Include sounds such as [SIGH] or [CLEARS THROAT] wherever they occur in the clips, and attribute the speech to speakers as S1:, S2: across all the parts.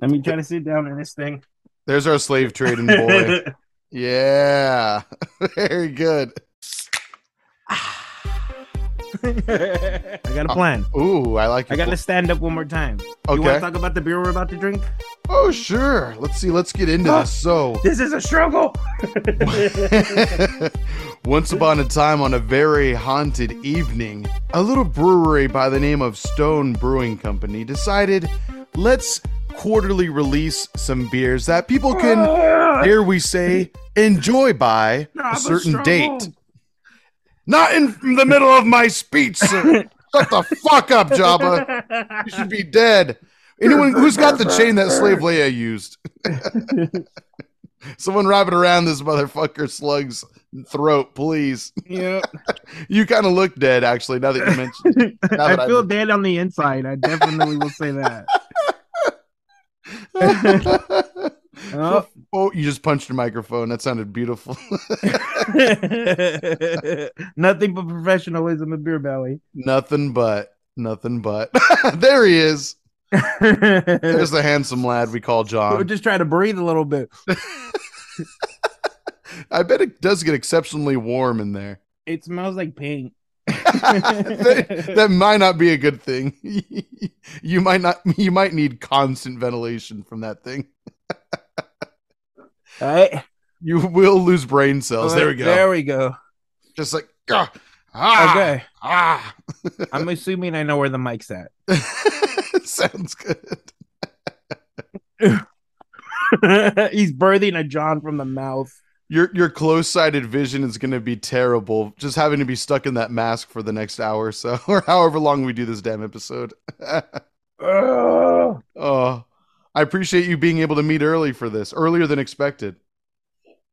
S1: Let me try to sit down in this thing.
S2: There's our slave trading boy. yeah. [LAUGHS] Very good.
S1: [LAUGHS] I got a plan.
S2: Ooh, I like
S1: I
S2: your
S1: got
S2: pl-
S1: to stand up one more time. You want
S2: Okay.
S1: to talk about the beer we're about to drink?
S2: Oh, sure. Let's see. Let's get into this. So, [LAUGHS]
S1: This is a struggle.
S2: once upon a time, on a very haunted evening, a little brewery by the name of Stone Brewing Company decided let's quarterly release some beers that people
S1: [LAUGHS]
S2: can, dare we say, enjoy by
S1: I'm
S2: a certain
S1: struggle.
S2: date. Not in the middle of my speech, sir. Shut the fuck up, Jabba.
S1: [LAUGHS]
S2: You should be dead. Anyone who's got the chain that Slave Leia used. Someone wrap it around this motherfucker slug's throat, please.
S1: Yep.
S2: You kind of look dead, actually, now that you mentioned it.
S1: I
S2: that I-
S1: feel dead on the inside. I definitely will say that. [LAUGHS] Oh.
S2: Oh, you just punched your microphone. That sounded beautiful. [LAUGHS]
S1: Nothing but professionalism in Beer Belly.
S2: nothing but, nothing but. [LAUGHS] there he is.
S1: [LAUGHS]
S2: There's the handsome lad we call
S1: We're
S2: John.
S1: just trying to breathe a little bit.
S2: I bet it does get exceptionally warm in there.
S1: It smells like paint.
S2: [LAUGHS] that, that might not be a good thing. [LAUGHS] you might not. You might need constant ventilation from that thing.
S1: All right.
S2: You will lose brain cells. There we go.
S1: There we go.
S2: Just like ah, ah,
S1: Okay.
S2: ah. [LAUGHS]
S1: I'm assuming I know where the mic's at.
S2: Sounds good.
S1: [LAUGHS] He's birthing a John from the mouth.
S2: Your your close sighted vision is going to be terrible. Just having to be stuck in that mask for the next hour or so, [LAUGHS] or however long we do this damn episode. [LAUGHS]
S1: Ugh.
S2: oh, I appreciate you being able to meet early for this, earlier than expected.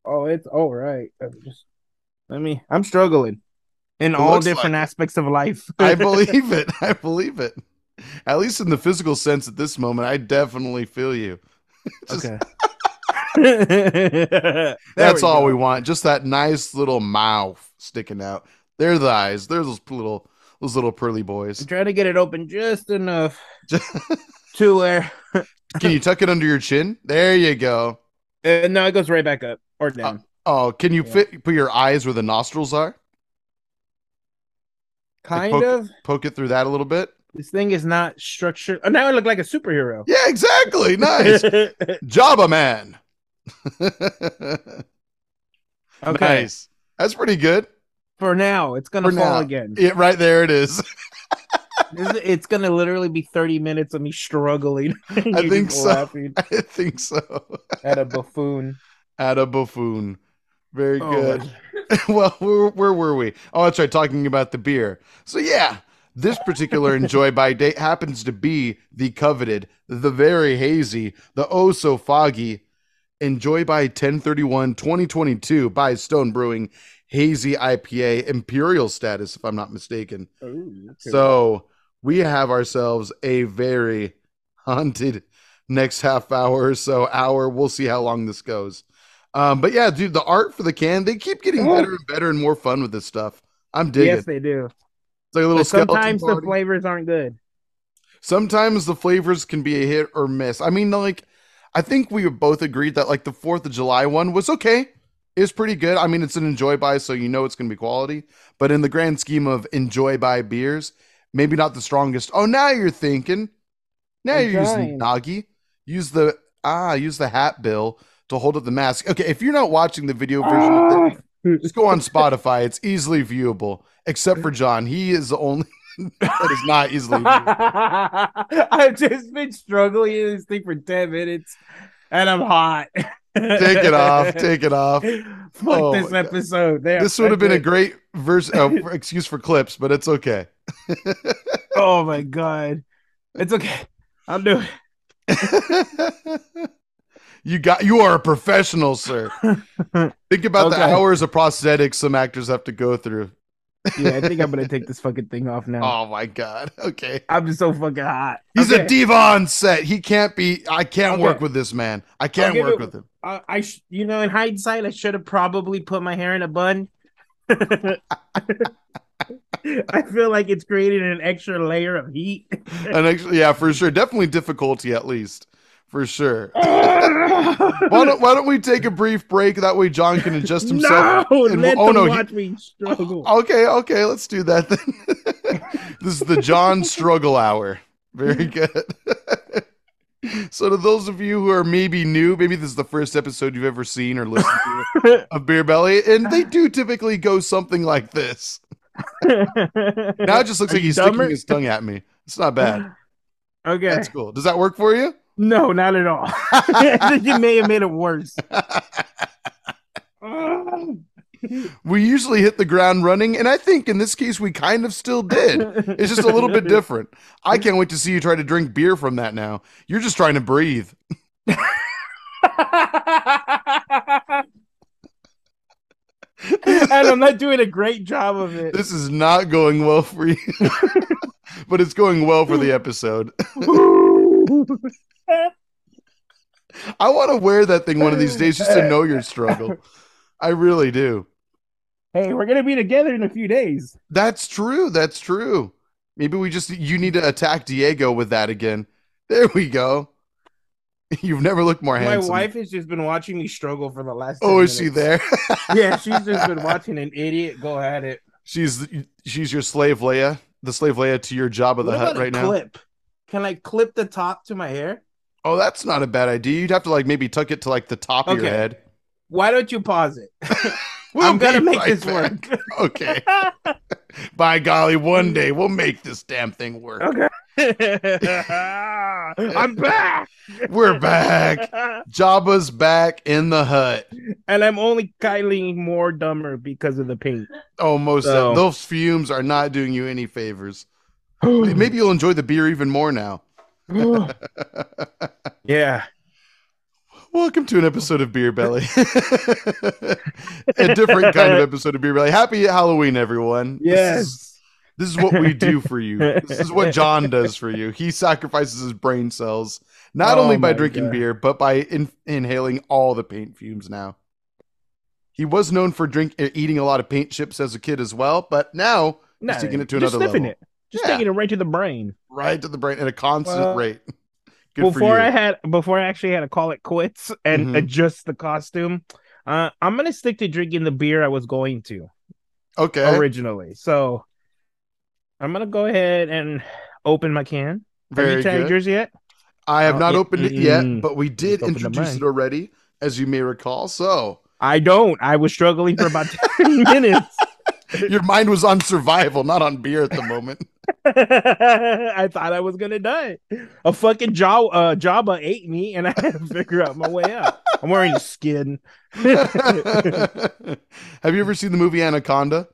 S1: Oh, it's all right. I'm just let me. I'm struggling in
S2: It
S1: all
S2: looks
S1: different
S2: like
S1: aspects of life. [LAUGHS]
S2: I believe it. I believe it. At least in the physical sense at this moment, I definitely feel you. Just- [LAUGHS]
S1: okay. There
S2: That's all
S1: go.
S2: we want. Just that nice little mouth sticking out. There's the eyes. There's those little those little pearly
S1: I'm
S2: boys.
S1: trying to get it open just
S2: [LAUGHS]
S1: enough to where [LAUGHS]
S2: Can you tuck it under your chin? There you go.
S1: uh, no, it goes right back up or down.
S2: Oh, can you
S1: Yeah.
S2: fit put your eyes where the nostrils are?
S1: kind
S2: poke-
S1: of.
S2: Poke it through that a little bit.
S1: This thing is not structured. Oh, now I look like a superhero.
S2: Yeah,
S1: [LAUGHS]
S2: exactly. Nice. Jabba man. [LAUGHS]
S1: okay.
S2: Nice. That's pretty good.
S1: For now, it's gonna
S2: For
S1: fall
S2: now.
S1: again.
S2: Yeah, right there it is. [LAUGHS]
S1: This is- it's gonna literally be 30 minutes of me struggling. [LAUGHS]
S2: I
S1: You
S2: think
S1: just
S2: so.
S1: laughing
S2: I think so.
S1: at a buffoon.
S2: at a buffoon. Very
S1: Oh,
S2: good. [LAUGHS] well, where, where were we? Oh, that's right, talking about the beer. So yeah, this particular enjoy by date happens to be the coveted, the very hazy, the oh so foggy enjoy by 1031 2022 by Stone Brewing hazy IPA imperial status if I'm not mistaken.
S1: Ooh, okay.
S2: So we have ourselves a very haunted next half hour or so hour. We'll see how long this goes. Um, but yeah, dude, the art for the can, they keep getting better and better and more fun with this stuff. I'm digging.
S1: yes,
S2: it's
S1: they do.
S2: like a
S1: But
S2: little skeleton
S1: sometimes the
S2: party.
S1: flavors aren't good.
S2: sometimes the flavors can be a hit or miss. I mean, like, I think we both agreed that like the Fourth of July one was okay. It's pretty good. I mean, it's an enjoy by, so you know it's gonna be quality. But in the grand scheme of enjoy by beers, maybe not the strongest. Oh, now you're thinking. Now
S1: I'm
S2: you're using
S1: trying.
S2: Nagi. Use the ah, use the hat bill to hold up the mask. Okay, if you're not watching the video version of this,
S1: Ah.
S2: just go on Spotify. It's easily viewable, except for John. He is the only [LAUGHS] that is not
S1: [LAUGHS]
S2: easily viewable.
S1: I've just been struggling in this thing for 10 minutes and I'm hot.
S2: take
S1: [LAUGHS]
S2: it off. Take it off.
S1: Fuck
S2: Oh
S1: this
S2: my God.
S1: episode. There,
S2: This would have been
S1: that's
S2: a
S1: it.
S2: great verse
S1: [LAUGHS]
S2: uh, for- excuse for clips, but it's okay. [LAUGHS]
S1: Oh my god. It's okay. I'll do
S2: [LAUGHS]
S1: it.
S2: you got you are a
S1: [LAUGHS]
S2: professional, sir. Think about
S1: Okay.
S2: the hours of prosthetics some actors have to go through.
S1: Yeah, I think I'm gonna take this fucking thing off now.
S2: Oh my god. [LAUGHS] Okay.
S1: I'm so fucking hot.
S2: He's
S1: okay.
S2: a diva on set. He can't be I can't
S1: Okay.
S2: work with this man. I can't
S1: give
S2: work
S1: it-
S2: with him.
S1: I, I sh- you know, in hindsight, I should have probably put my hair in a bun. [LAUGHS] I feel like it's created an extra layer of heat.
S2: [LAUGHS] And actually, yeah, for sure. Definitely difficulty at least. for sure. Why don't, why don't we take a brief break? That way, John can adjust himself.
S1: [LAUGHS] [LAUGHS] no,
S2: Oh, and-
S1: let
S2: oh,
S1: them
S2: no, he-
S1: watch me struggle.
S2: [LAUGHS] Okay, okay, let's do that then. [LAUGHS] this is the John Struggle Hour.
S1: [LAUGHS]
S2: Very good. [LAUGHS] so, to those of you who are maybe new, maybe this is the first episode you've ever seen or listened
S1: [LAUGHS]
S2: to of Beer Belly, and they do typically go something like this. oh.
S1: [LAUGHS]
S2: Now it just looks
S1: Are
S2: like
S1: you
S2: he's
S1: dumber?
S2: sticking his tongue at me. It's
S1: [LAUGHS]
S2: not bad.
S1: okay.
S2: That's cool. Does that work for you?
S1: [LAUGHS] No, not at all. [LAUGHS] I think you may have made it worse. [LAUGHS]
S2: we usually hit the ground running, and I think in this case we kind of still did. [LAUGHS] It's just a little
S1: [LAUGHS]
S2: bit different. I can't wait to see you try to drink beer from that now. You're just trying to breathe.
S1: and I'm not doing a great job of it.
S2: This is not going well for you, [LAUGHS] but it's going well for the episode. I want to wear that thing one of these days just to know your struggle. I really do.
S1: [LAUGHS] hey, we're gonna be together in a few days.
S2: That's true. That's true. Maybe we just, you need to attack Diego with that again. There we go. [LAUGHS] You've never looked more
S1: My
S2: handsome.
S1: wife has just been watching me struggle for the last. 10
S2: oh, is she
S1: minutes.
S2: there? [LAUGHS]
S1: yeah, she's just been watching an idiot go at it.
S2: She's she's your slave Leia, the slave Leia to your job of the
S1: What
S2: hut
S1: about
S2: right
S1: a
S2: now.
S1: clip? Can I clip the top to my hair?
S2: Oh, that's not a bad idea. You'd have to like maybe tuck it to like the top of your
S1: Okay.
S2: head.
S1: Why don't you pause
S2: [LAUGHS]
S1: it? We're
S2: I'll
S1: gonna
S2: be
S1: make
S2: right
S1: this
S2: back.
S1: work.
S2: Okay. [LAUGHS] By golly, one day we'll make this damn thing work.
S1: okay.
S2: [LAUGHS]
S1: I'm back.
S2: We're back. Jabba's back in the hut.
S1: and I'm only kindly more dumber because of the paint.
S2: Almost
S1: So-
S2: Oh, those fumes are not doing you any favors. [GASPS] Maybe you'll enjoy the beer even more now.
S1: yeah.
S2: Welcome to an episode of Beer Belly. [LAUGHS] a different kind of episode of Beer Belly. Happy Halloween, everyone. This is-
S1: Yes.
S2: This is what
S1: [LAUGHS]
S2: we do for you. This is what John does for you. He sacrifices his brain cells, not
S1: Oh
S2: only by
S1: my
S2: drinking
S1: God.
S2: beer, but by in- inhaling all the paint fumes now. He was known for drink er, eating a lot of paint chips as a kid as well, but now
S1: Nah,
S2: taking it to
S1: just
S2: another
S1: sniffing
S2: level.
S1: it. Just
S2: Yeah.
S1: taking it right to the brain.
S2: right to the brain at a constant
S1: Well,
S2: rate. Good for you.
S1: before I had before I actually had to call it quits and
S2: Mhm.
S1: adjust the costume, uh, I'm gonna stick to drinking the beer I was going to
S2: okay,
S1: originally. So I'm gonna go ahead and open my can. Have
S2: very
S1: you tried
S2: good.
S1: yours yet?
S2: I have
S1: Oh,
S2: not
S1: yeah,
S2: opened it yet,
S1: mm,
S2: but we did
S1: opened the
S2: introduce
S1: mine.
S2: it already, as you may
S1: [LAUGHS]
S2: recall. So
S1: I don't. I was struggling for about [LAUGHS] 10 minutes.
S2: your mind was on survival, not on beer at the moment.
S1: [LAUGHS] I thought I was gonna die. A fucking jaw uh Jabba ate me and [LAUGHS] I had to figure out my way out. I'm wearing skin. [LAUGHS]
S2: Have you ever seen the movie Anaconda?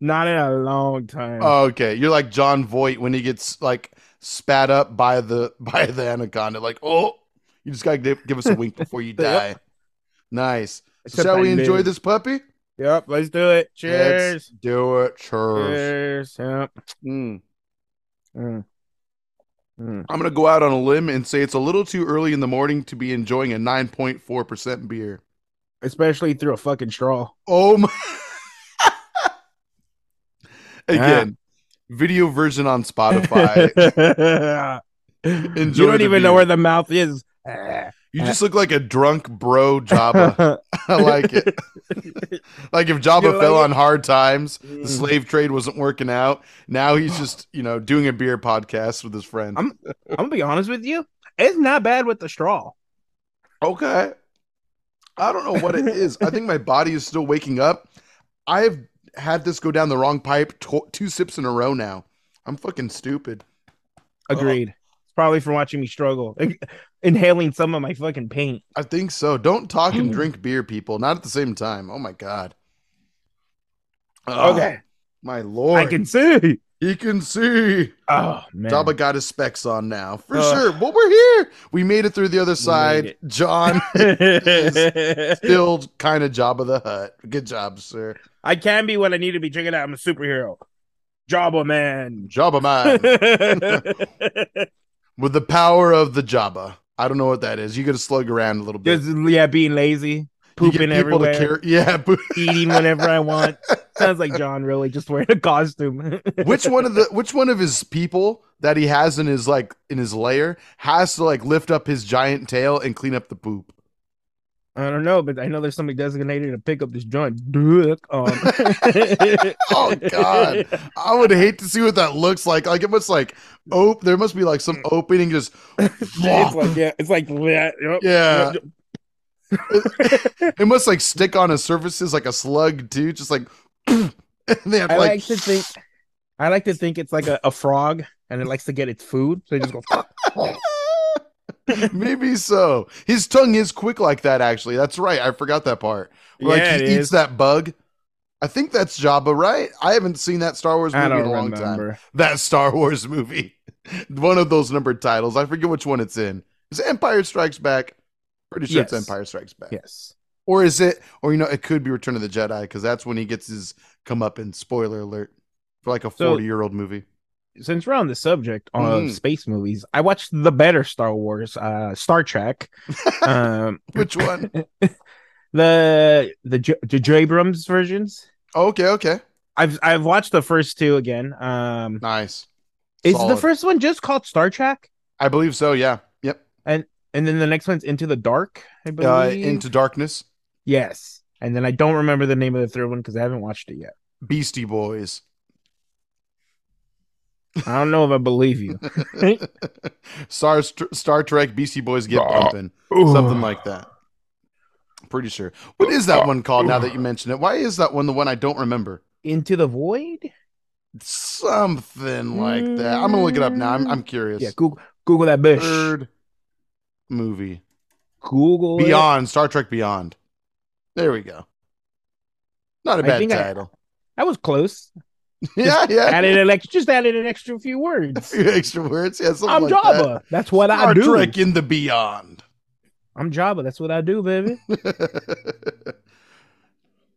S1: Not in a long time.
S2: Oh, okay, you're like John Voight when he gets like spat up by the by the anaconda. Like, oh, you just gotta give, give us a wink before you
S1: [LAUGHS]
S2: die.
S1: Yep.
S2: Nice.
S1: Except
S2: Shall
S1: I
S2: we enjoy
S1: live.
S2: this puppy?
S1: Yep, let's do it.
S2: Let's
S1: Cheers.
S2: do it. Cheers.
S1: Cheers. Yep.
S2: Mm.
S1: Mm. Mm.
S2: I'm gonna go out on a limb and say it's a little too early in the morning to be enjoying a 9.4 percent beer.
S1: Especially through a fucking straw.
S2: Oh my! [LAUGHS] Again,
S1: Ah.
S2: video version on Spotify.
S1: [LAUGHS] you don't
S2: the
S1: even know
S2: beer.
S1: where the mouth is.
S2: You [LAUGHS] just look like a drunk bro, Jabba. [LAUGHS] I
S1: [LAUGHS]
S2: like it. like if Jabba
S1: You like
S2: fell
S1: it?
S2: on hard times, the
S1: Mm.
S2: slave trade wasn't working out. Now he's just, you know, doing a beer podcast with his friend.
S1: I'm- I'm gonna be honest with you. It's not bad with the straw.
S2: okay. I don't know what it is. I think my body is still waking up. I've had this go down the wrong pipe tw- two sips in a row now. I'm fucking stupid.
S1: Agreed. It's probably from watching me struggle, in- inhaling some of my fucking paint.
S2: I think so. Don't talk and drink beer, people. Not at the same time. Oh my god. Ugh,
S1: okay,
S2: my lord.
S1: I can see.
S2: He can see.
S1: Oh man, [LAUGHS]
S2: Jabba got his specs on now, for
S1: Ugh.
S2: sure. But we're here. We made it through the other
S1: made
S2: side.
S1: it. [LAUGHS]
S2: John still kind of Jabba the Hut. Good job, sir.
S1: I can be what I need to be. Check it out. I'm a superhero. Jabba
S2: [LAUGHS]
S1: man.
S2: Jabba man
S1: [LAUGHS]
S2: with the power of the Jabba. I don't know what that is. You got to slug around a little bit.
S1: Just yeah, being lazy,
S2: You get
S1: pooping
S2: people to
S1: everywhere, [LAUGHS]
S2: carry- Yeah, poo- [LAUGHS]
S1: eating whenever I want. Sounds like John really just wearing a costume.
S2: which one of the which one of his people that he has in his like in his lair has to like lift up his giant tail and clean up the poop?
S1: [LAUGHS] I don't know, but I know there's somebody designated to pick up this joint. Dick. Um,
S2: [LAUGHS] Oh
S1: [LAUGHS]
S2: God, I would hate to see what that looks like. Like it must like op. There must be
S1: [LAUGHS]
S2: like some opening just.
S1: it's like yeah, it's like yeah, yep,
S2: yeah, [LAUGHS]
S1: yep.
S2: it must like stick on his surfaces like a slug too. Just like, [CLEARS THROAT] and they have
S1: I
S2: to,
S1: like,
S2: like
S1: to think I like to think it's like a, a frog and it likes to get its food, so it just goes [LAUGHS]
S2: Maybe so. His tongue is quick like that, actually. That's right. I forgot that part. Like
S1: Yeah,
S2: he
S1: it
S2: eats
S1: is.
S2: that bug. I think that's Jabba, right? I haven't seen that Star Wars movie
S1: I
S2: in a
S1: don't
S2: long time.
S1: remember.
S2: That Star Wars movie. [LAUGHS] One of those numbered titles. I forget which one it's in. Is it Empire Strikes Back? Pretty sure it's
S1: Yes.
S2: Empire Strikes Back.
S1: Yes.
S2: Or is it or you know, it could be Return of the Jedi, because that's when he gets his come up in spoiler alert for like a
S1: So-
S2: forty year old
S1: [LAUGHS]
S2: movie.
S1: Since we're on the subject of
S2: Mhm.
S1: space movies, I watched the better Star Wars, uh, Star [LAUGHS] Trek. um,
S2: Which one?
S1: the the J- J- J. Abrams versions.
S2: okay, okay.
S1: I've I've watched the first two again. Um,
S2: Nice.
S1: is the
S2: Solid.
S1: first one just called Star Trek?
S2: I believe so, yeah. Yep.
S1: And then the next one's Into the Dark, I believe.
S2: Uh, into Darkness.
S1: yes. And then I don't remember the name of the third one because I haven't watched it yet.
S2: Beastie Boys.
S1: I don't know if I believe you.
S2: Star, Star Trek, Beastie Boys get
S1: Bah.
S2: bumping. [LAUGHS] Something like that. Pretty sure. What is that one called now that you mention it? Why is that one the one I don't remember?
S1: Into the Void?
S2: Something like that. I'm going to look it up now. I'm, I'm curious.
S1: Yeah, Google Google that bitch.
S2: Third movie.
S1: Google it.
S2: Beyond. Star Trek Beyond. There we go. Not a
S1: I
S2: bad
S1: think I-
S2: title. [LAUGHS]
S1: That was close.
S2: yeah, yeah. [LAUGHS]
S1: Added an ex- just added an extra few
S2: a
S1: words.
S2: few extra words. Yeah, something
S1: I'm
S2: like that.
S1: Java. That's what
S2: Star
S1: I do.
S2: Trek in the Beyond. [LAUGHS]
S1: I'm Java. That's what I do, baby.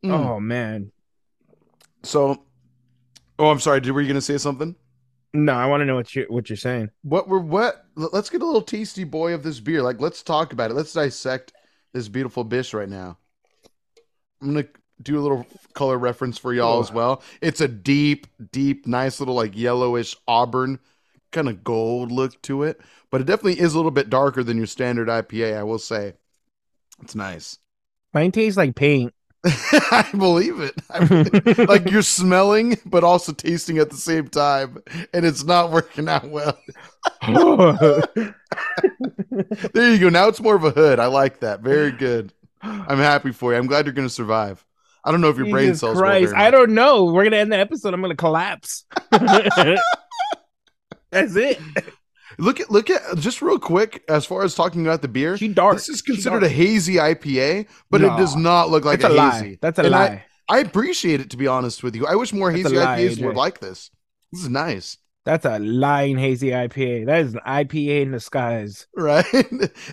S2: Mm.
S1: Oh man.
S2: So, oh, I'm sorry. Did were you gonna say something?
S1: No, I want to know what you what you're saying.
S2: What we're what? L- Let's get a little tasty boy of this beer. Like, let's talk about it. Let's dissect this beautiful bish right now. I'm gonna do a little color reference for y'all as well. It's a deep, deep, nice little like yellowish auburn kind of gold look to it, but it definitely is a little bit darker than your standard IPA. I will say, it's nice. [LAUGHS]
S1: Mine tastes like paint. [LAUGHS]
S2: I believe it. I believe [LAUGHS] like [LAUGHS] you're smelling but also tasting at the same time and it's not working out well there you go now it's more of a hood i like that very good i'm happy for you i'm glad you're gonna survive i don't know if your brain
S1: Jesus
S2: cells
S1: Christ, I don't know. We're gonna end the episode. I'm gonna
S2: [LAUGHS]
S1: collapse. [LAUGHS] That's it.
S2: look at look at just real quick as far as talking about the beer
S1: She
S2: [LAUGHS]
S1: dark.
S2: this is
S1: She
S2: considered a
S1: dark.
S2: hazy ipa but it
S1: Nah.
S2: does not look like
S1: That's a, lie.
S2: hazy
S1: That's a
S2: And I-
S1: lie.
S2: I, appreciate it to be honest with you i wish more
S1: That's a
S2: hazy
S1: lie,
S2: ipas
S1: AJ.
S2: were like this this is nice [LAUGHS]
S1: That's a lying hazy IPA. That is an IPA in the skies.
S2: right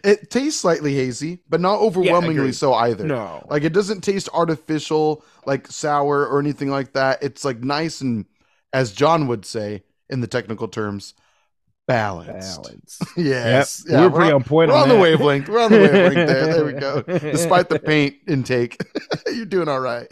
S2: it tastes slightly hazy but not overwhelmingly
S1: agreed.
S2: so either
S1: No.
S2: Like it doesn't taste artificial, like sour or anything like that. It's like nice and, as John would say in the technical terms, balanced.
S1: Balance.
S2: [LAUGHS] Yes,
S1: Yep.
S2: Yeah,
S1: we're,
S2: we're
S1: pretty
S2: on,
S1: on point.
S2: we're on the
S1: that.
S2: wavelength. We're on the
S1: [LAUGHS]
S2: wavelength. There, there we go. Despite the paint intake, [LAUGHS] you're doing all right.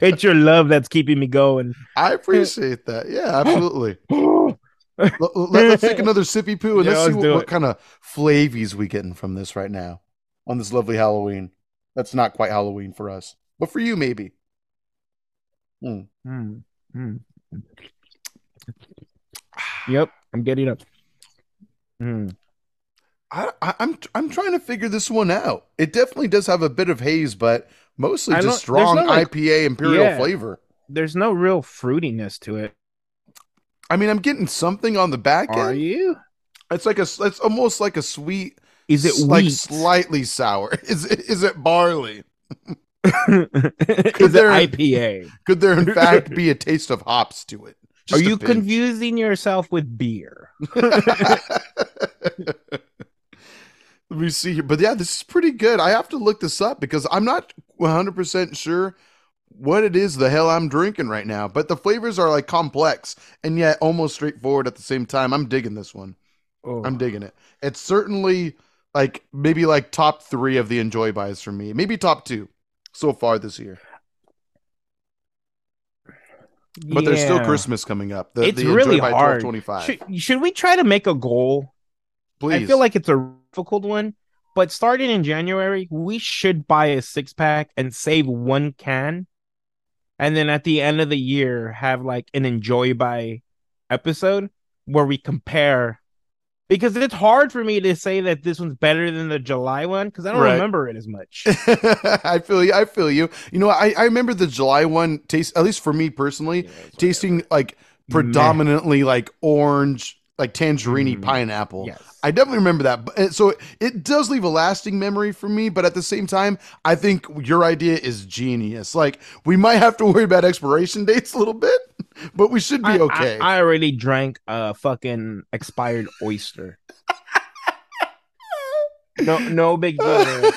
S1: it's your love that's keeping me
S2: [GASPS]
S1: going.
S2: I appreciate that. Yeah, absolutely. Hmm,
S1: Ooh,
S2: L- l- let, us take another sippy poo and
S1: Yeah,
S2: let's see
S1: let's do
S2: what, what
S1: it.
S2: kind of flavies we getting from this right now on this lovely Halloween. That's not quite Halloween for us, but for you maybe.
S1: mm,
S2: hmm.
S1: mm. Yep, I'm getting up. Mm.
S2: I, I, I'm I'm trying to figure this one out. It definitely does have a bit of haze, but mostly
S1: I
S2: just
S1: don't- there's
S2: strong
S1: no, like-
S2: IPA imperial
S1: Yeah.
S2: flavor.
S1: There's no real fruitiness to it.
S2: I mean, I'm getting something on the back
S1: Are
S2: end.
S1: you?
S2: It's like a s- it's almost like a sweet,
S1: Is it
S2: s- like
S1: wheat?
S2: slightly sour. [LAUGHS] Is it is it barley?
S1: [LAUGHS] is it
S2: there-
S1: IPA?
S2: Could there
S1: [LAUGHS]
S2: in fact be a taste of hops to it?
S1: Are
S2: Just a
S1: you
S2: pinch.
S1: confusing yourself with beer?
S2: [LAUGHS] Let me see here. But yeah, this is pretty good. I have to look this up because I'm not 100% sure what it is the hell I'm drinking right now. But the flavors are like complex and yet almost straightforward at the same time. I'm digging this one.
S1: Oh.
S2: I'm digging it. It's certainly like maybe like top three of the enjoy buys for me, maybe top two so far this year. But there's still
S1: Yeah.
S2: Christmas coming up. The,
S1: It's
S2: the
S1: really
S2: enjoy by
S1: hard.
S2: 1225.
S1: Should, should we try to make a goal?
S2: Please.
S1: I feel like it's a difficult one, but starting in January, we should buy a six pack and save one can. And then at the end of the year, have like an enjoy by episode where we compare. Because it's hard for me to say that this one's better than the July one because I don't
S2: Right.
S1: remember it as much.
S2: [LAUGHS] I feel you. I feel you. You know, I, I remember the July one taste, at least for me personally, tasting like predominantly like orange, like tangerine
S1: Mm.
S2: pineapple.
S1: Yes.
S2: I definitely remember that. But and so it does leave a lasting memory for me. But at the same time, I think your idea is genius. Like we might have to worry about expiration dates a little bit, but we should be
S1: I-
S2: okay.
S1: I, I already drank a fucking expired oyster. no, no big deal.
S2: [LAUGHS]
S1: there.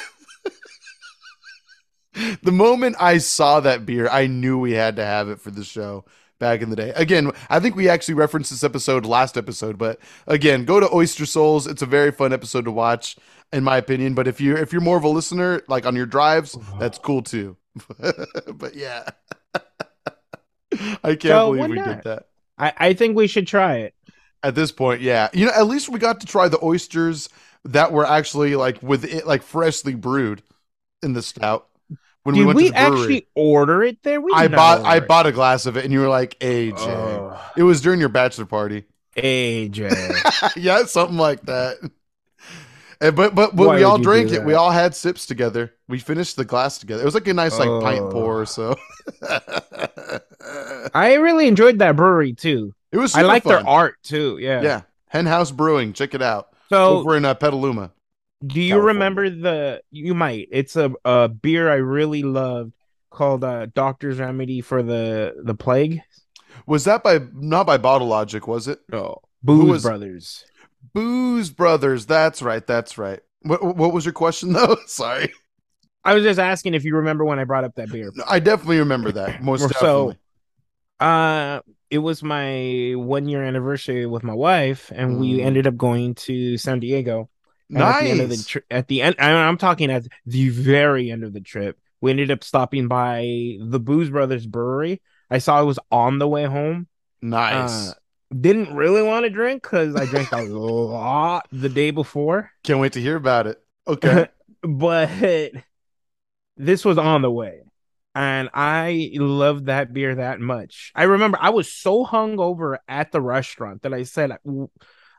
S2: the moment I saw that beer, I knew we had to have it for the show back in the day. Again, I think we actually referenced this episode last episode, but again, go to Oyster Souls. It's a very fun episode to watch, in my opinion. But if you're if you're more of a listener, like on your drives, that's cool too. [LAUGHS] but yeah. [LAUGHS] I can't
S1: So, why
S2: believe we did
S1: not?
S2: that.
S1: I, I think we should try it.
S2: At this point, yeah. You know, at least we got to try the oysters that were actually like with it like freshly brewed in the stout when
S1: Did we,
S2: we went to the brewery.
S1: actually order it there? We
S2: I
S1: did not
S2: bought
S1: order
S2: I
S1: it.
S2: bought a glass of it, and you were like, "AJ."
S1: Oh,
S2: It was during your bachelor party, [LAUGHS]
S1: AJ.
S2: yeah, something like that. And, but but, but
S1: Why
S2: we all
S1: would you
S2: drank
S1: do
S2: it. We
S1: that?
S2: all had sips together. We finished the glass together. It was like a nice like pint
S1: Oh.
S2: pour or so. [LAUGHS]
S1: I really enjoyed that brewery too.
S2: it was.
S1: I
S2: super
S1: like
S2: fun.
S1: their art too. Yeah.
S2: Yeah, Hen House Brewing. Check it out.
S1: So,
S2: Over in uh, Petaluma.
S1: do you
S2: California.
S1: remember the? You might. It's a, a beer I really loved called uh, Doctor's Remedy for the the Plague.
S2: Was that by not by Bottle Logic? Was it
S1: No. Booze
S2: was-
S1: Brothers.
S2: Booze Brothers? That's right. That's right. What what was your question though? [LAUGHS] Sorry,
S1: I was just asking if you remember when I brought up that beer.
S2: I definitely remember that. Most
S1: So,
S2: definitely.
S1: Uh, it was my one year anniversary with my wife, and we
S2: Mm.
S1: ended up going to San Diego. And
S2: Nice.
S1: At the end, of the tri- at the end I I'm talking at the very end of the trip. We ended up stopping by the Booze Brothers Brewery. I saw it was on the way home.
S2: Nice.
S1: Uh, Didn't really want to drink because I drank a lot the day before,
S2: Can't wait to hear about it. Okay.
S1: [LAUGHS] but this was on the way. And I loved that beer that much. I remember I was so hungover at the restaurant that I said, "W-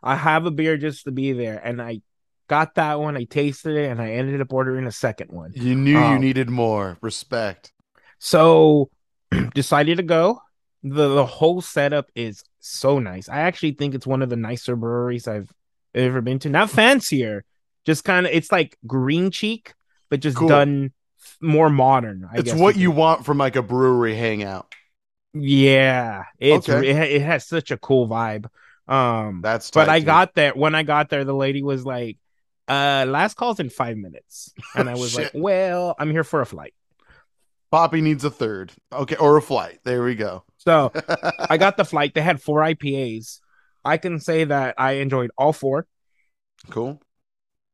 S1: I have a beer just to be there. And I got that one, I tasted it, and I ended up ordering a second one.
S2: you knew you
S1: um,
S2: needed more respect.
S1: So [CLEARS THROAT] decided to go. The the whole setup is so nice. I actually think it's one of the nicer breweries I've ever been to. Not fancier, just kind of it's like green cheek, but just
S2: Cool.
S1: done f- more modern. I
S2: It's
S1: guess
S2: what
S1: could-
S2: you want from like a brewery hangout.
S1: Yeah, it's
S2: Okay.
S1: re- it, ha- it has such a cool vibe. Um,
S2: That's
S1: but
S2: tight,
S1: I
S2: dude.
S1: got there when I got there. The lady was like, "Uh, last calls in five minutes," and I was like,
S2: [LAUGHS] Shit.
S1: "Well, I'm here for a flight."
S2: Poppy needs a third. Okay, or a flight. There we go. [LAUGHS]
S1: So I got the flight. They had four IPAs. I can say that I enjoyed all four.
S2: cool.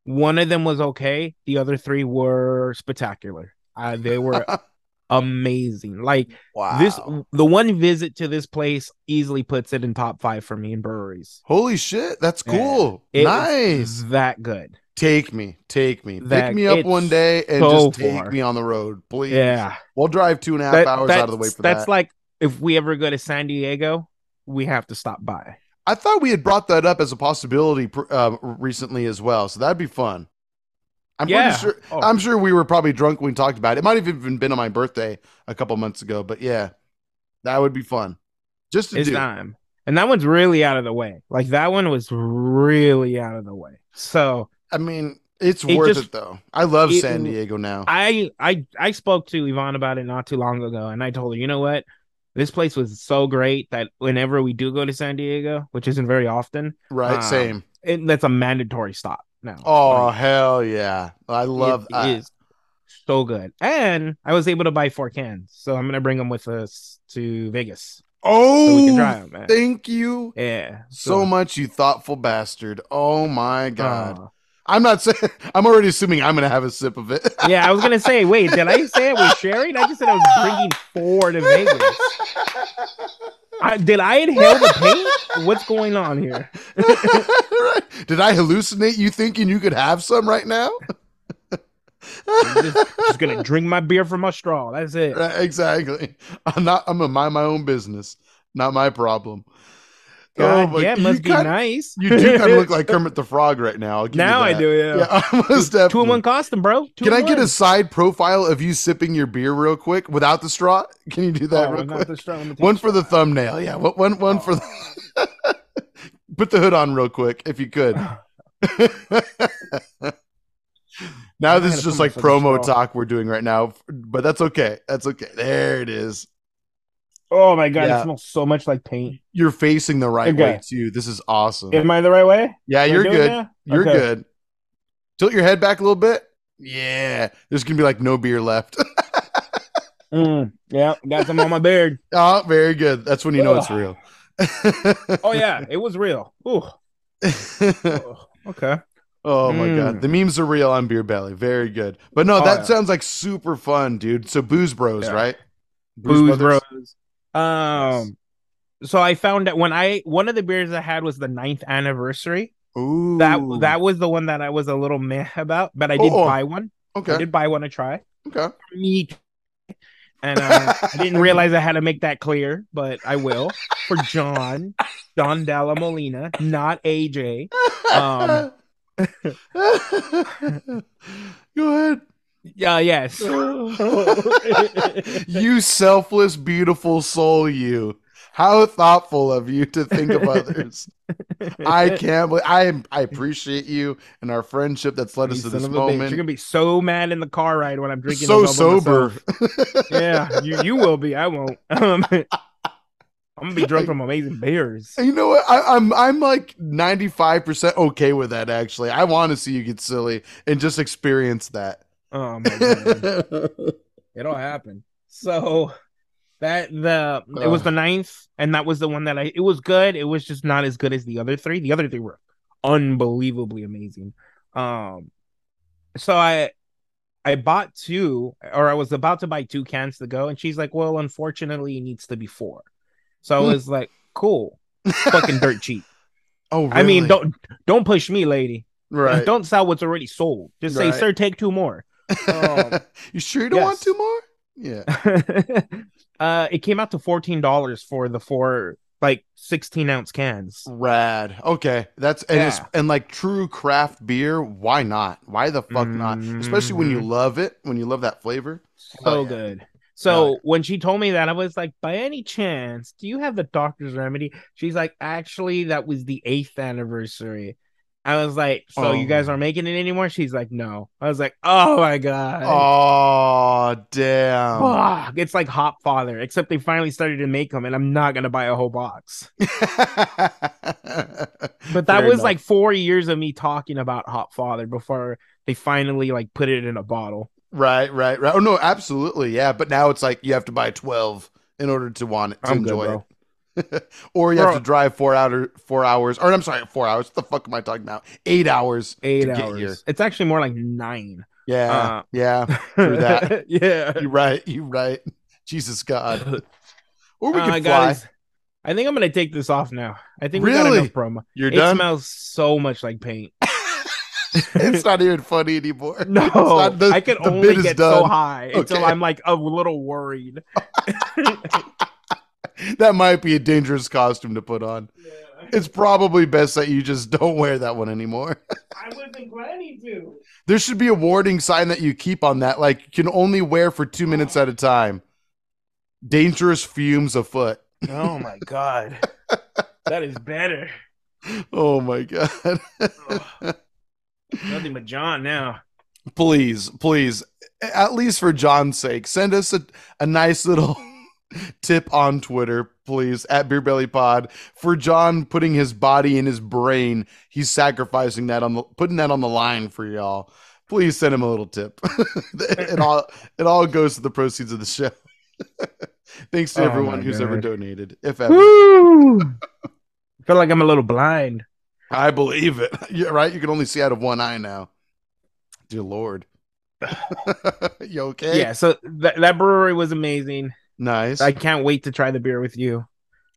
S1: One of them was okay. The other three were spectacular. Uh, they were
S2: [LAUGHS]
S1: amazing. Like
S2: wow.
S1: this, the one visit to this place easily puts it in top five for me in breweries.
S2: Holy shit, that's
S1: Yeah.
S2: cool.
S1: It was
S2: nice.
S1: that good.
S2: Take me. Take me. Pick
S1: That-
S2: me up
S1: it's
S2: one day and
S1: so
S2: just take
S1: far.
S2: me on the road, please.
S1: Yeah,
S2: We'll drive two and a half
S1: That-
S2: hours out of the way
S1: that's-
S2: for
S1: that's
S2: that.
S1: like if we ever go to San Diego, we have to stop by.
S2: I thought we had brought that up as a possibility pr- uh, recently as well, so that'd be fun. I'm
S1: Yeah.
S2: pretty sure.
S1: Oh.
S2: I'm sure we were probably drunk when we talked about it. It might have even been on my birthday a couple months ago, but yeah, that would be fun. Just to
S1: It's
S2: do.
S1: time. And that one's really out of the way. Like that one was really out of the way. So
S2: I mean, it's
S1: It
S2: worth
S1: just-
S2: it though. I love
S1: it-
S2: San Diego now.
S1: I I I spoke to Yvonne about it not too long ago, and I told her, you know what, this place was so great that whenever we do go to San Diego, which isn't very often,
S2: right?
S1: um,
S2: Same.
S1: it, that's a mandatory stop now.
S2: Oh
S1: Like,
S2: hell yeah! I love.
S1: it
S2: I-
S1: is so good, and I was able to buy four cans, so I'm gonna bring them with us to Vegas so we can try
S2: oh,
S1: them. Man.
S2: thank you
S1: Yeah,
S2: so much, you thoughtful bastard. Oh my god.
S1: uh,
S2: I'm not [LAUGHS] saying. I'm already assuming I'm gonna have a sip of it.
S1: yeah, I was gonna say, wait, did I say it was sharing? I just said I was bringing four to Vegas. I, did I inhale the paint? What's going on here?
S2: [LAUGHS] Right. Did I hallucinate you thinking you could have some right now? [LAUGHS]
S1: I'm just, just gonna drink my beer from my straw. That's it.
S2: Right, exactly. I'm not. I'm gonna mind my own business. Not my problem.
S1: God,
S2: my-
S1: yeah, it
S2: Oh, you
S1: must be
S2: kinda-
S1: nice.
S2: You do kind
S1: [LAUGHS]
S2: of look like Kermit the Frog right now. I'll give you
S1: now I
S2: that.
S1: do. Yeah.
S2: Yeah, [LAUGHS] I most
S1: Two in
S2: definitely.
S1: one costume, bro. Two in
S2: Can I get
S1: one.
S2: a side profile of you sipping your beer real quick without the straw? Can you do that
S1: Oh,
S2: real
S1: not
S2: quick?
S1: the Oh. straw, let me take
S2: One
S1: the
S2: for the
S1: straw.
S2: thumbnail. Yeah, one one one for the. [LAUGHS] Put the hood on real quick if you could. now [LAUGHS]
S1: I'm
S2: this
S1: gonna
S2: is
S1: put
S2: just like
S1: myself a
S2: promo
S1: straw.
S2: talk we're doing right now, but that's okay. That's okay. There it is.
S1: [SIGHS] Oh my god,
S2: Yeah.
S1: it smells so much like paint.
S2: You're facing the right
S1: Okay.
S2: way too. This is awesome.
S1: Am I the right way?
S2: Yeah,
S1: Am I
S2: you're
S1: doing
S2: good.
S1: that?
S2: You're
S1: Okay.
S2: good. Tilt your head back a little bit. Yeah. There's gonna be like no beer left. [LAUGHS]
S1: Mm, yeah, got some on my beard.
S2: oh, very good. That's when you know it's
S1: Ugh.
S2: real. [LAUGHS]
S1: Oh yeah, it was real. Ooh. oh, okay.
S2: Oh my
S1: Mm.
S2: god, the memes are real on Beer Belly. Very good, but no,
S1: Oh,
S2: that
S1: yeah.
S2: sounds like super fun, dude. So Booze Bros,
S1: Yeah.
S2: right?
S1: Booze
S2: Brothers?
S1: Bros. Um so I found that when I one of the beers I had was the ninth anniversary.
S2: Ooh,
S1: That that was the one that I was a little meh about, but I did
S2: Oh, oh.
S1: buy one. I
S2: okay,
S1: did buy one to try.
S2: okay.
S1: Me and um, I didn't realize I had to make that clear, but I will for John, John Dalla Molina, not AJ. um,
S2: [LAUGHS] Go ahead.
S1: Yeah, yes. [LAUGHS]
S2: you selfless, beautiful soul, you. How thoughtful of you to think of others.
S1: [LAUGHS]
S2: I can't believe I am I appreciate you and our friendship that's led
S1: You
S2: us to
S1: son
S2: this
S1: of a bitch.
S2: moment.
S1: You're gonna be so mad in the car ride when I'm drinking.
S2: so
S1: those all by
S2: sober.
S1: myself. yeah, you you will be. I won't. [LAUGHS] Um, I'm gonna be drunk
S2: [LAUGHS]
S1: from amazing beers.
S2: [LAUGHS] You know what? I, I'm I'm like 95% okay with that actually. I want to see you get silly and just experience that.
S1: Oh
S2: [LAUGHS]
S1: my god. It all happened. So that the it was
S2: Ugh.
S1: the ninth, and that was the one that I it was good. It was just not as good as the other three. The other three were unbelievably amazing. Um so I I bought two, or I was about to buy two cans to go, and she's like, Well, unfortunately, it needs to be four. So
S2: Hmm.
S1: I was like, Cool, fucking
S2: [LAUGHS]
S1: dirt cheap.
S2: [LAUGHS] oh,
S1: I mean,
S2: really?
S1: don't don't push me, lady.
S2: right.
S1: Don't sell what's already sold. Just
S2: Right.
S1: say, sir, take two more.
S2: [LAUGHS]
S1: um,
S2: you sure you don't
S1: yes.
S2: want two more? Yeah.
S1: [LAUGHS] uh it came out to fourteen dollars for the four like 16 ounce
S2: Oh,
S1: cans
S2: Rad. Okay, that's and it's,
S1: Yeah.
S2: and like true craft beer. Why not? Why the fuck not? Especially when you
S1: Mhm.
S2: love it, when you love that flavor.
S1: so
S2: Oh, yeah.
S1: good so when she told me that i was like by any chance do you have the doctor's remedy she's like actually that was the eighth anniversary i was like so you guys
S2: Oh.
S1: aren't making it anymore she's like no i was like oh my god
S2: Oh damn!
S1: Fuck. It's like Hop Father, except they finally started to make them, and I'm not gonna buy a whole box. But that
S2: Fair
S1: was
S2: enough.
S1: like four years of me talking about Hop Father before they finally like put it in a bottle.
S2: [LAUGHS] right, right, right. Oh no, absolutely, yeah. But now it's like you have to buy twelve in order to want it to
S1: I'm good,
S2: enjoy
S1: bro.
S2: it, or you have
S1: Bro.
S2: to drive four hour, four hours, or I'm sorry, four hours. What the fuck am I talking about? Eight hours.
S1: Eight
S2: to get here.
S1: hours. It's actually more like nine.
S2: Yeah,
S1: Uh,
S2: yeah. True that.
S1: [LAUGHS] yeah.
S2: You're right. You're right. Jesus God. Or we
S1: Oh
S2: can
S1: my
S2: fly.
S1: God, it's- I think I'm gonna take this off now. I think we got
S2: Really?
S1: enough promo.
S2: You're
S1: it
S2: done.
S1: smells so much like paint.
S2: [LAUGHS] it's not even funny anymore.
S1: No, [LAUGHS]
S2: It's not- the-
S1: I can
S2: the
S1: only
S2: bit is
S1: get so
S2: done.
S1: high until
S2: Okay.
S1: I'm like a little worried.
S2: That might be a dangerous costume to put on. It's probably best that you just don't wear that one anymore. [LAUGHS]
S1: I wasn't planning to.
S2: There should be a warning sign that you keep on that, like you can only wear for two minutes at a time. Dangerous fumes afoot.
S1: Oh my
S2: [LAUGHS]
S1: god, that is better.
S2: Oh my god. [LAUGHS]
S1: Ugh. Nothing but John now.
S2: please, please, at least for John's sake, send us a, a nice little [LAUGHS] tip on Twitter, please, at Beer Belly Pod for John putting his body in his brain. He's sacrificing that on the putting that on the line for y'all. Please send him a little tip. [LAUGHS] it all it all goes to the proceeds of the show. [LAUGHS] Thanks to
S1: Oh
S2: everyone
S1: my
S2: who's ever
S1: God.
S2: donated, if ever.
S1: Woo! I feel like I'm a little blind.
S2: I believe it. [LAUGHS] Yeah, right. You can only see out of one eye now. Dear Lord. [LAUGHS] you okay?
S1: Yeah, so th- that brewery was amazing.
S2: Nice.
S1: I can't wait to try the beer with you.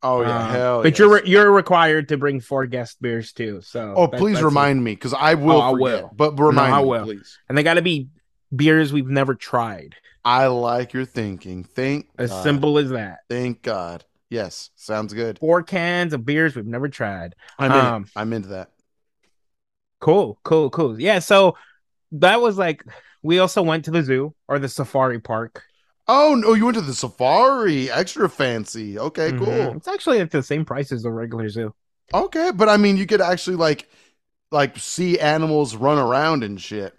S2: Oh yeah,
S1: Um,
S2: hell.
S1: but
S2: yes.
S1: you're you're required to bring four guest beers too. So
S2: Oh,
S1: that-
S2: please
S1: that's it.
S2: remind me because I will.
S1: Oh, I
S2: forget,
S1: will.
S2: But remind
S1: No, I
S2: me,
S1: will.
S2: please.
S1: and they got to be beers we've never tried.
S2: I like your thinking. Thank
S1: As
S2: God.
S1: simple as that.
S2: Thank God. Yes, sounds good.
S1: Four cans of beers we've never tried.
S2: I'm in it.
S1: Um,
S2: I'm into that.
S1: Cool, cool, cool. Yeah, so that was like we also went to the zoo or the safari park.
S2: Oh no, you went to the safari. Extra fancy. Okay,
S1: Mhm.
S2: cool.
S1: It's actually at the same price as the regular zoo.
S2: Okay, but I mean, you could actually like, like see animals run around and shit.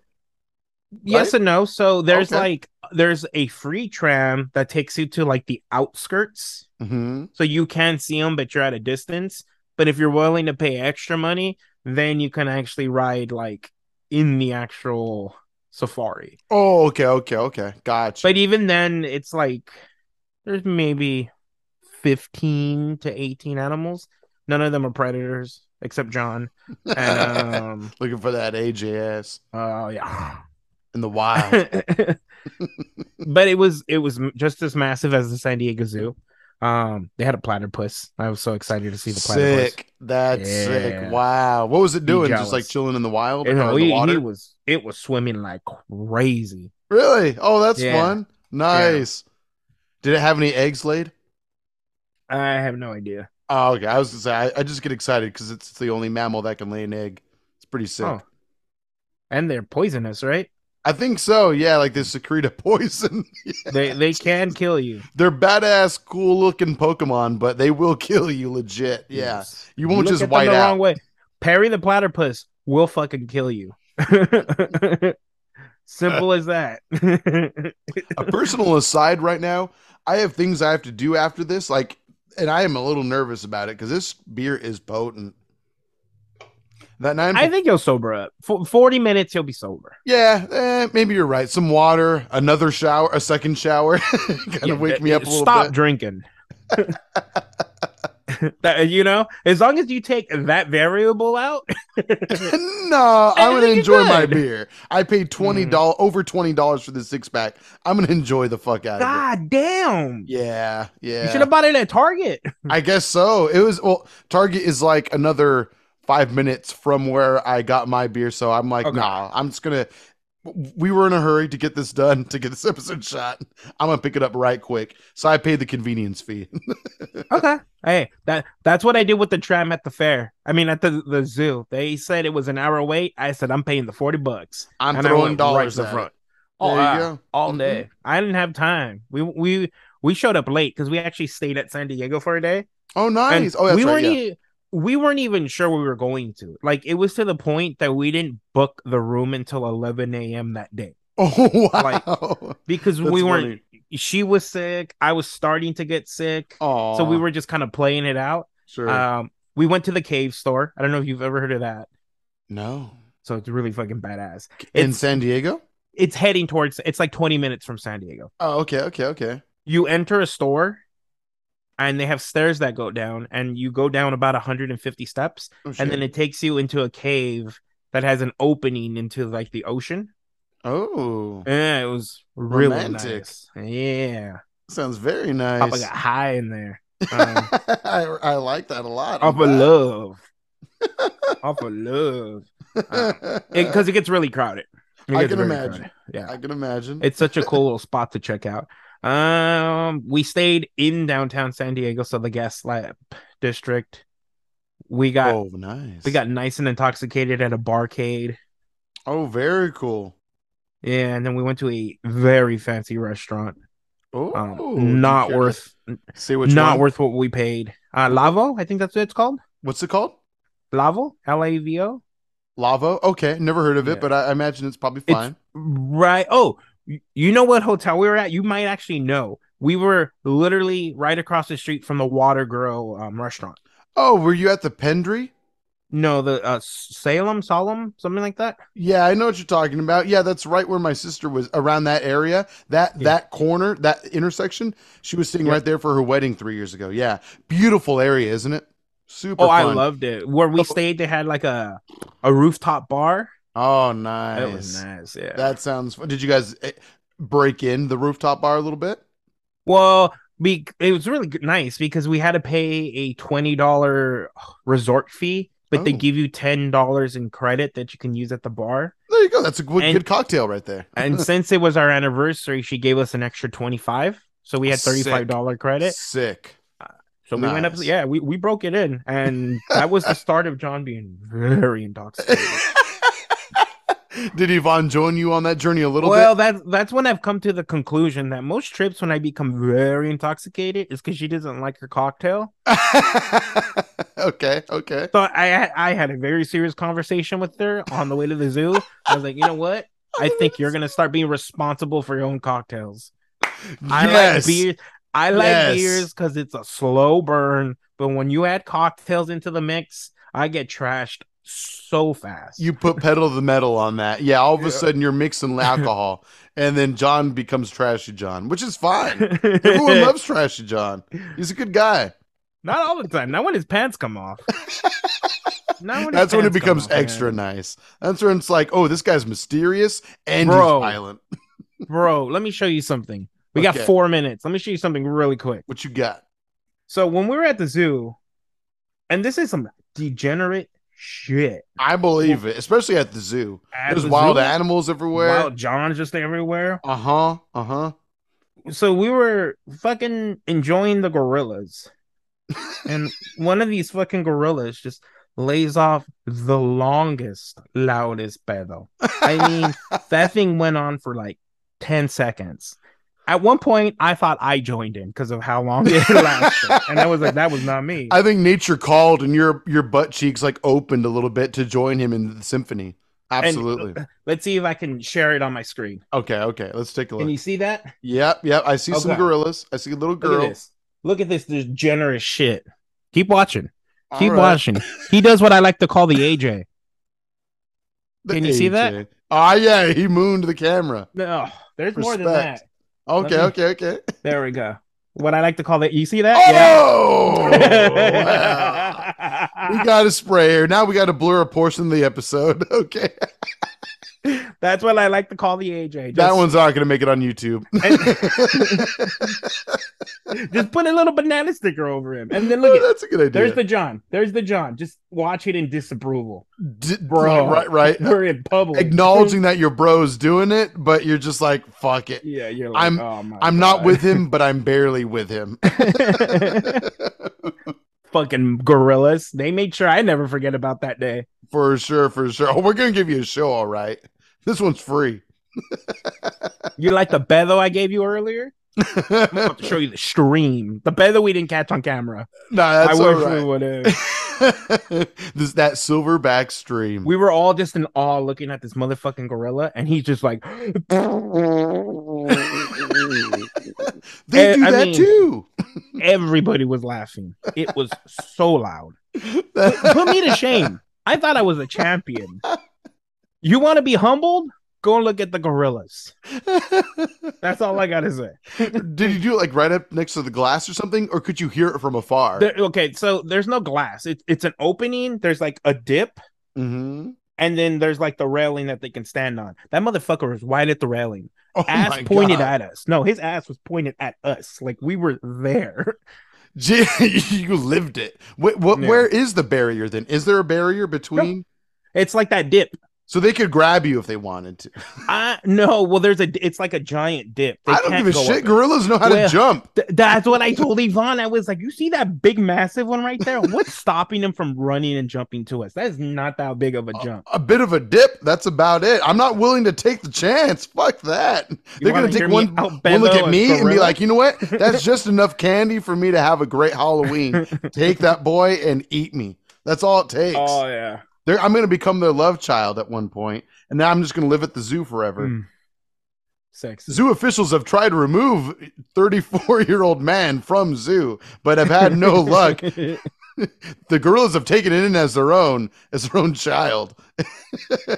S1: Yes and no. So there's
S2: Okay.
S1: like there's a free tram that takes you to like the outskirts,
S2: hmm
S1: so you can see them, but you're at a distance. But if you're willing to pay extra money, then you can actually ride like in the actual safari.
S2: Oh, okay, okay, okay. Gotcha.
S1: But even then, it's like there's maybe 15 to 18 animals. None of them are predators except John. And um,
S2: Looking for that AJS
S1: oh yeah. [LAUGHS]
S2: in the wild.
S1: but it was it was m- just as massive as the San Diego Zoo. Um, they had a platypus. I was so excited to see the platypus.
S2: sick. That's
S1: Yeah.
S2: sick. Wow. What was it
S1: Be
S2: doing? Just
S1: jealous.
S2: like chilling in the wild
S1: You
S2: or
S1: know, uh,
S2: Oh in
S1: he,
S2: the
S1: he
S2: water?
S1: was it was swimming like crazy.
S2: Really? Oh, that's
S1: Yeah.
S2: fun. Nice. Did it have any eggs laid?
S1: I have no idea.
S2: Oh, okay. I was gonna say I, I just get excited because it's the only mammal that can lay an egg. It's pretty sick.
S1: Oh. And they're poisonous, right?
S2: I think so. Yeah, like they secrete a poison. [LAUGHS]
S1: They they can kill you.
S2: They're badass, cool looking Pokemon, but they will kill you legit. Yeah.
S1: Yes.
S2: You won't
S1: Look
S2: just
S1: at them
S2: white
S1: the
S2: out.
S1: wrong way. Parry the platypus will fucking kill you. [LAUGHS] Simple as that. [LAUGHS]
S2: a personal aside right now i have things i have to do after this like and i am a little nervous about it because this beer is potent that nine
S1: I think you'll sober up. For forty minutes, you'll be sober.
S2: yeah eh, maybe you're right some water another shower a second shower [LAUGHS] kind
S1: Yeah,
S2: of wake
S1: d-
S2: me up a little
S1: Stop [LAUGHS]
S2: bit [LAUGHS]
S1: drinking. That- you know, as long as you take that variable out,
S2: no
S1: I
S2: i'm gonna
S1: think you're
S2: enjoy my
S1: good.
S2: beer i paid
S1: Hmm.
S2: 20 dollars over 20 dollars for this six-pack i'm gonna enjoy the fuck out of it
S1: god damn,
S2: yeah yeah
S1: you should have bought it at
S2: [LAUGHS]
S1: Target.
S2: I guess so. It was well, Target is like another five minutes from where I got my beer, so I'm like,
S1: Okay.
S2: nah, I'm just gonna. We were in a hurry to get this done, to get this [LAUGHS] episode shot. I'm gonna pick it up right quick, so I paid the convenience fee. [LAUGHS]
S1: okay, hey, that that's what I did with the tram at the fair. I mean, at the the zoo, they said it was an hour wait. I said I'm paying the forty bucks.
S2: I'm
S1: And I
S2: throwing
S1: went right
S2: dollars
S1: to the
S2: at
S1: front.
S2: it.
S1: Oh,
S2: there
S1: wow.
S2: you go.
S1: all
S2: Mhm.
S1: day. I didn't have time. We we we showed up late because we actually stayed at San Diego for a day.
S2: Oh,
S1: And
S2: nice. Oh, that's
S1: we
S2: right.
S1: weren't
S2: Yeah. [LAUGHS]
S1: e- we weren't even sure we were going to. Like it was to the point that we didn't book the room until eleven a.m. that day
S2: Oh, wow.
S1: like, because we
S2: That's
S1: weren't.
S2: funny.
S1: She was sick. I was starting to get sick,
S2: Aw,
S1: so we were just kind of playing it out.
S2: sure.
S1: Um, we went to the cave store. I don't know if you've ever heard of that.
S2: no,
S1: So it's really fucking badass.
S2: in
S1: It's
S2: San Diego.
S1: it's heading towards. It's like twenty minutes from San Diego.
S2: Oh, okay, okay, okay.
S1: you enter a store and they have stairs that go down and you go down about 150 steps
S2: Oh,
S1: and
S2: shit.
S1: then it takes you into a cave that has an opening into like the ocean
S2: oh,
S1: yeah it was really
S2: Romantic.
S1: nice yeah
S2: sounds very nice. [LAUGHS]
S1: papa got high in there um,
S2: I, I like that a lot.
S1: off of love
S2: [LAUGHS]
S1: off of love because Uh, it gets really crowded It
S2: Uh, I
S1: gets
S2: can
S1: really
S2: imagine.
S1: crowded. yeah
S2: I can imagine.
S1: It's such a cool little spot to check out. Um, we stayed in downtown San Diego, so the Gaslamp district. We got
S2: oh, nice.
S1: we got nice and intoxicated at a barcade.
S2: Oh, very cool.
S1: Yeah, and then we went to a very fancy restaurant.
S2: Oh,
S1: Um,
S2: do you
S1: not
S2: care to
S1: worth
S2: Say which
S1: not
S2: one?
S1: worth what we paid. Uh Lavo, I think that's what it's called.
S2: What's it called?
S1: Lavo, L A V O.
S2: Lavo. Okay, never heard of it,
S1: Yeah.
S2: but I, I imagine it's probably
S1: It's-
S2: fine.
S1: Right. Oh, y- you know what hotel we were at? You might actually know. We were literally right across the street from the Water Girl um, restaurant.
S2: Oh, were you at the Pendry?
S1: No, the uh, Salem, Solemn, something like that.
S2: Yeah, I know what you're talking about. Yeah, that's right where my sister was around that area, that
S1: Yeah.
S2: that corner, that intersection. She was sitting
S1: Yeah.
S2: right there for her wedding three years ago. Yeah, beautiful area, isn't it? Super.
S1: oh, I
S2: fun.
S1: loved it. Where we
S2: Oh.
S1: stayed, they had like a a rooftop bar.
S2: Oh,
S1: That
S2: nice.
S1: was nice. Yeah.
S2: That sounds fun. Did you guys eh, break in the rooftop bar a little bit?
S1: well, we it was really good- nice because we had to pay a twenty dollar resort fee, but they
S2: Oh.
S1: give you ten dollars in credit that you can use at the bar.
S2: There you go. That's a good,
S1: And-
S2: good cocktail right there. [LAUGHS]
S1: And since it was our anniversary, she gave us an extra twenty five, so we had thirty
S2: Sick.
S1: five dollar credit.
S2: Sick.
S1: So we went up,
S2: Nice.
S1: yeah, we, we broke it in, and that was the start of John being very
S2: [LAUGHS]
S1: intoxicated.
S2: Did Yvonne join you on that journey a little
S1: well, that's that's when I've come to the conclusion that most trips when I become very intoxicated is because she doesn't like her cocktail.
S2: bit? [LAUGHS] okay, okay.
S1: So I I had a very serious conversation with her on the way to the zoo. I was like, you know what? I think you're gonna start being responsible for your own cocktails. I like
S2: yes.
S1: beers. I like
S2: Yes.
S1: beers because it's a slow burn, but when you add cocktails into the mix, I get trashed so fast. [LAUGHS]
S2: You put pedal to the metal on that. Yeah, all of a
S1: Yeah.
S2: sudden
S1: [LAUGHS]
S2: you're mixing alcohol, and then John becomes Trashy John, which
S1: [LAUGHS]
S2: is fine. Everyone loves Trashy John. He's a good guy.
S1: Not all the time. Not when his pants come
S2: [LAUGHS]
S1: off. Not his
S2: That's when it
S1: pants come
S2: becomes
S1: off,
S2: extra
S1: man.
S2: nice. That's when it's like, oh, this guy's mysterious and
S1: Bro.
S2: he's violent.
S1: Bro, let me show you something. We got
S2: Okay.
S1: four minutes. Let me show you something really quick.
S2: What you got?
S1: So when we were at the zoo, and this is some degenerate shit.
S2: I believe it, especially at the zoo.
S1: At
S2: There's
S1: the
S2: wild
S1: zoo,
S2: animals everywhere.
S1: Wild John's just everywhere.
S2: Uh huh. Uh huh.
S1: So we were fucking enjoying the gorillas.
S2: [LAUGHS]
S1: and one of these fucking gorillas just lays off the longest, loudest pedo. I
S2: [LAUGHS]
S1: mean, that thing went on for like 10 seconds. At one point, I thought I joined in because of how long it [LAUGHS] lasted. and I was like, that was not me.
S2: I think nature called and your your butt cheeks like opened a little bit to join him in the symphony.
S1: uh,
S2: Absolutely.
S1: Let's see if I can share it on my screen.
S2: okay, okay. Let's take a
S1: Can
S2: look.
S1: you see that?
S2: Yep, yep. I see some
S1: Okay.
S2: gorillas. I see a little
S1: Look at
S2: girl.
S1: this. Look at this degenerate shit. Keep watching.
S2: All
S1: Keep
S2: right.
S1: watching. He does what I like to call the AJ.
S2: The
S1: Can you see that?
S2: AJ. Ah, yeah. He mooned the camera.
S1: [LAUGHS] No, there's more than that.
S2: Respect. Okay,
S1: Let
S2: okay, okay.
S1: There we go. What I like to call it. You see that? [LAUGHS]
S2: Oh, wow.
S1: Yeah.
S2: we got a sprayer. Now we got to blur a portion of the episode. [LAUGHS] Okay,
S1: That's what I like to call the AJ. Just,
S2: that one's not going to make it on YouTube. [LAUGHS]
S1: just put a little banana sticker over him. And then look [LAUGHS]
S2: Oh,
S1: at
S2: that's a good idea.
S1: there's the John. There's the John. Just watch it in disapproval.
S2: D-
S1: Bro.
S2: right, right.
S1: We're in public.
S2: acknowledging that your bro's doing it, but you're just like, fuck it.
S1: Yeah, you're like,
S2: I'm-
S1: oh my
S2: I'm not
S1: God.
S2: with
S1: [LAUGHS]
S2: him, but I'm barely with him. [LAUGHS]
S1: [LAUGHS] fucking gorillas. They made sure I never forget about that day.
S2: for sure, for sure. Oh, we're gonna give you a show, all right. This one's free. [LAUGHS]
S1: You like the bedo I gave you earlier?
S2: no,
S1: I'll show you the stream. The bedo we didn't catch on camera.
S2: that's
S1: I
S2: all
S1: wish we
S2: right.
S1: would have.
S2: [LAUGHS] this that silverback stream.
S1: we were all just in awe looking at this motherfucking gorilla, and he's just like,
S2: they
S1: Eh,
S2: do
S1: I
S2: that
S1: mean-
S2: too.
S1: everybody was laughing. It was so loud. Put me to shame. I thought I was a champion. You want to be humbled? Go look at the gorillas. That's all I gotta say.
S2: [LAUGHS] Did you do it like right up next to the glass or something, or could you hear it from afar?
S1: There- okay, so there's no glass. It, it's an opening. There's like a dip,
S2: mm-hmm.
S1: and then there's like the railing that they can stand on. That motherfucker was right at the railing.
S2: oh
S1: Ass
S2: my
S1: pointed
S2: God.
S1: at us. No, his ass was pointed at us. Like we were there.
S2: [LAUGHS]
S1: [LAUGHS]
S2: Gee, [LAUGHS] you lived it. What, what,
S1: Yeah.
S2: Where is the barrier then? Is there a barrier between?
S1: It's like that dip.
S2: So they could grab you if they wanted to.
S1: I no. Well, there's a. It's like a giant dip. They
S2: I don't
S1: can't
S2: give a
S1: go
S2: shit.
S1: up it.
S2: Gorillas know how
S1: Well-
S2: to jump.
S1: Th- that's what I told Yvonne. I was like, you see that big, massive one right there? What's stopping him from running and jumping to us? That is not that big of a jump.
S2: A bit of a dip. That's about it. I'm not willing to take the chance. Fuck that. They're
S1: wanna
S2: gonna
S1: hear
S2: take
S1: me out
S2: one, one look
S1: bellow
S2: at
S1: a
S2: me and be
S1: gorilla?
S2: like, you
S1: [LAUGHS]
S2: know what? That's just enough candy for me to have a great
S1: [LAUGHS]
S2: Halloween. take that boy and eat me. That's all it takes.
S1: Oh, yeah.
S2: They're- I'm gonna become their love child at one point, and now I'm just gonna live at the zoo forever.
S1: Mm.
S2: [LAUGHS]
S1: Sexy.
S2: Zoo officials have tried to remove 34 year old man from zoo, but have had
S1: [LAUGHS]
S2: no luck.
S1: and
S2: The gorillas have taken it in as their own, as their
S1: [LAUGHS]
S2: own child.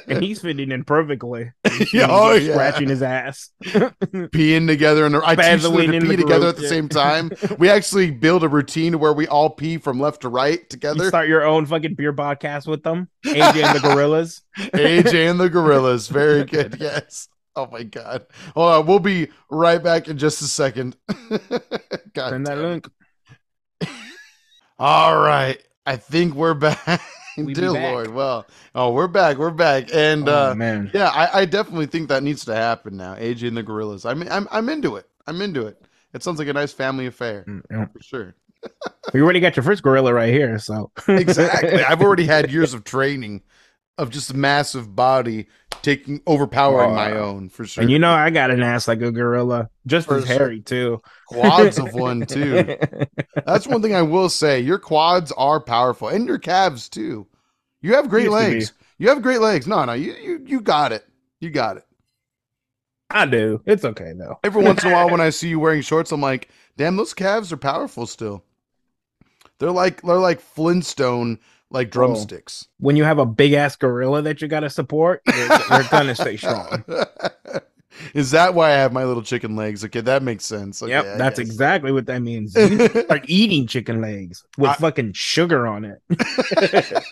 S1: he's fitting in perfectly.
S2: [LAUGHS] Yeah, oh, yeah.
S1: Scratching his ass.
S2: Peeing together and I teach them
S1: Bathing
S2: to
S1: in
S2: pee
S1: the
S2: together
S1: group,
S2: at the
S1: yeah. [LAUGHS]
S2: same time. We actually build a routine where we all pee from left to right
S1: You [LAUGHS]
S2: together.
S1: start your own fucking beer
S2: [LAUGHS]
S1: podcast with them. AJ and the gorillas. [LAUGHS]
S2: AJ and the gorillas, very good. Yes, Oh my god. Hold on, we'll be right back in just a second. [LAUGHS] God
S1: Send that
S2: damn it.
S1: link.
S2: All right. I think we're back.
S1: We be
S2: Dear
S1: back.
S2: Lord. Well, oh, we're back. We're back. And
S1: oh
S2: uh
S1: man.
S2: yeah, I, I definitely think that needs to happen now. AJ and the Gorillas. I'm I'm I'm into it. I'm into it. It sounds like a nice family affair
S1: Mm, yeah. [LAUGHS]
S2: for sure.
S1: We already got your first gorilla right here, so
S2: Exactly. I've already had years of training of just massive body taking overpowering my
S1: Wow.
S2: own for sure.
S1: and you know [LAUGHS] I got an ass like a gorilla, just
S2: For
S1: as
S2: sure.
S1: hairy too.
S2: quads of one too. That's one thing I will say. Your quads are powerful, and your calves too. You have great
S1: Used to be.
S2: legs. You have great legs. No, no, you you you got it. You got it.
S1: [LAUGHS] I do. It's okay though.
S2: Every once in a while, when I see you wearing shorts, I'm like, damn, those calves are powerful still. They're like they're like Flintstone like drumsticks.
S1: When you have a big ass gorilla that you got to support, you're, you're gonna
S2: [LAUGHS]
S1: stay strong.
S2: Is that why I have my little chicken legs? Okay, that makes sense. Okay,
S1: yep,
S2: I
S1: that's
S2: guess.
S1: exactly what that
S2: [LAUGHS]
S1: means. You start eating chicken legs with
S2: I-
S1: fucking sugar on it.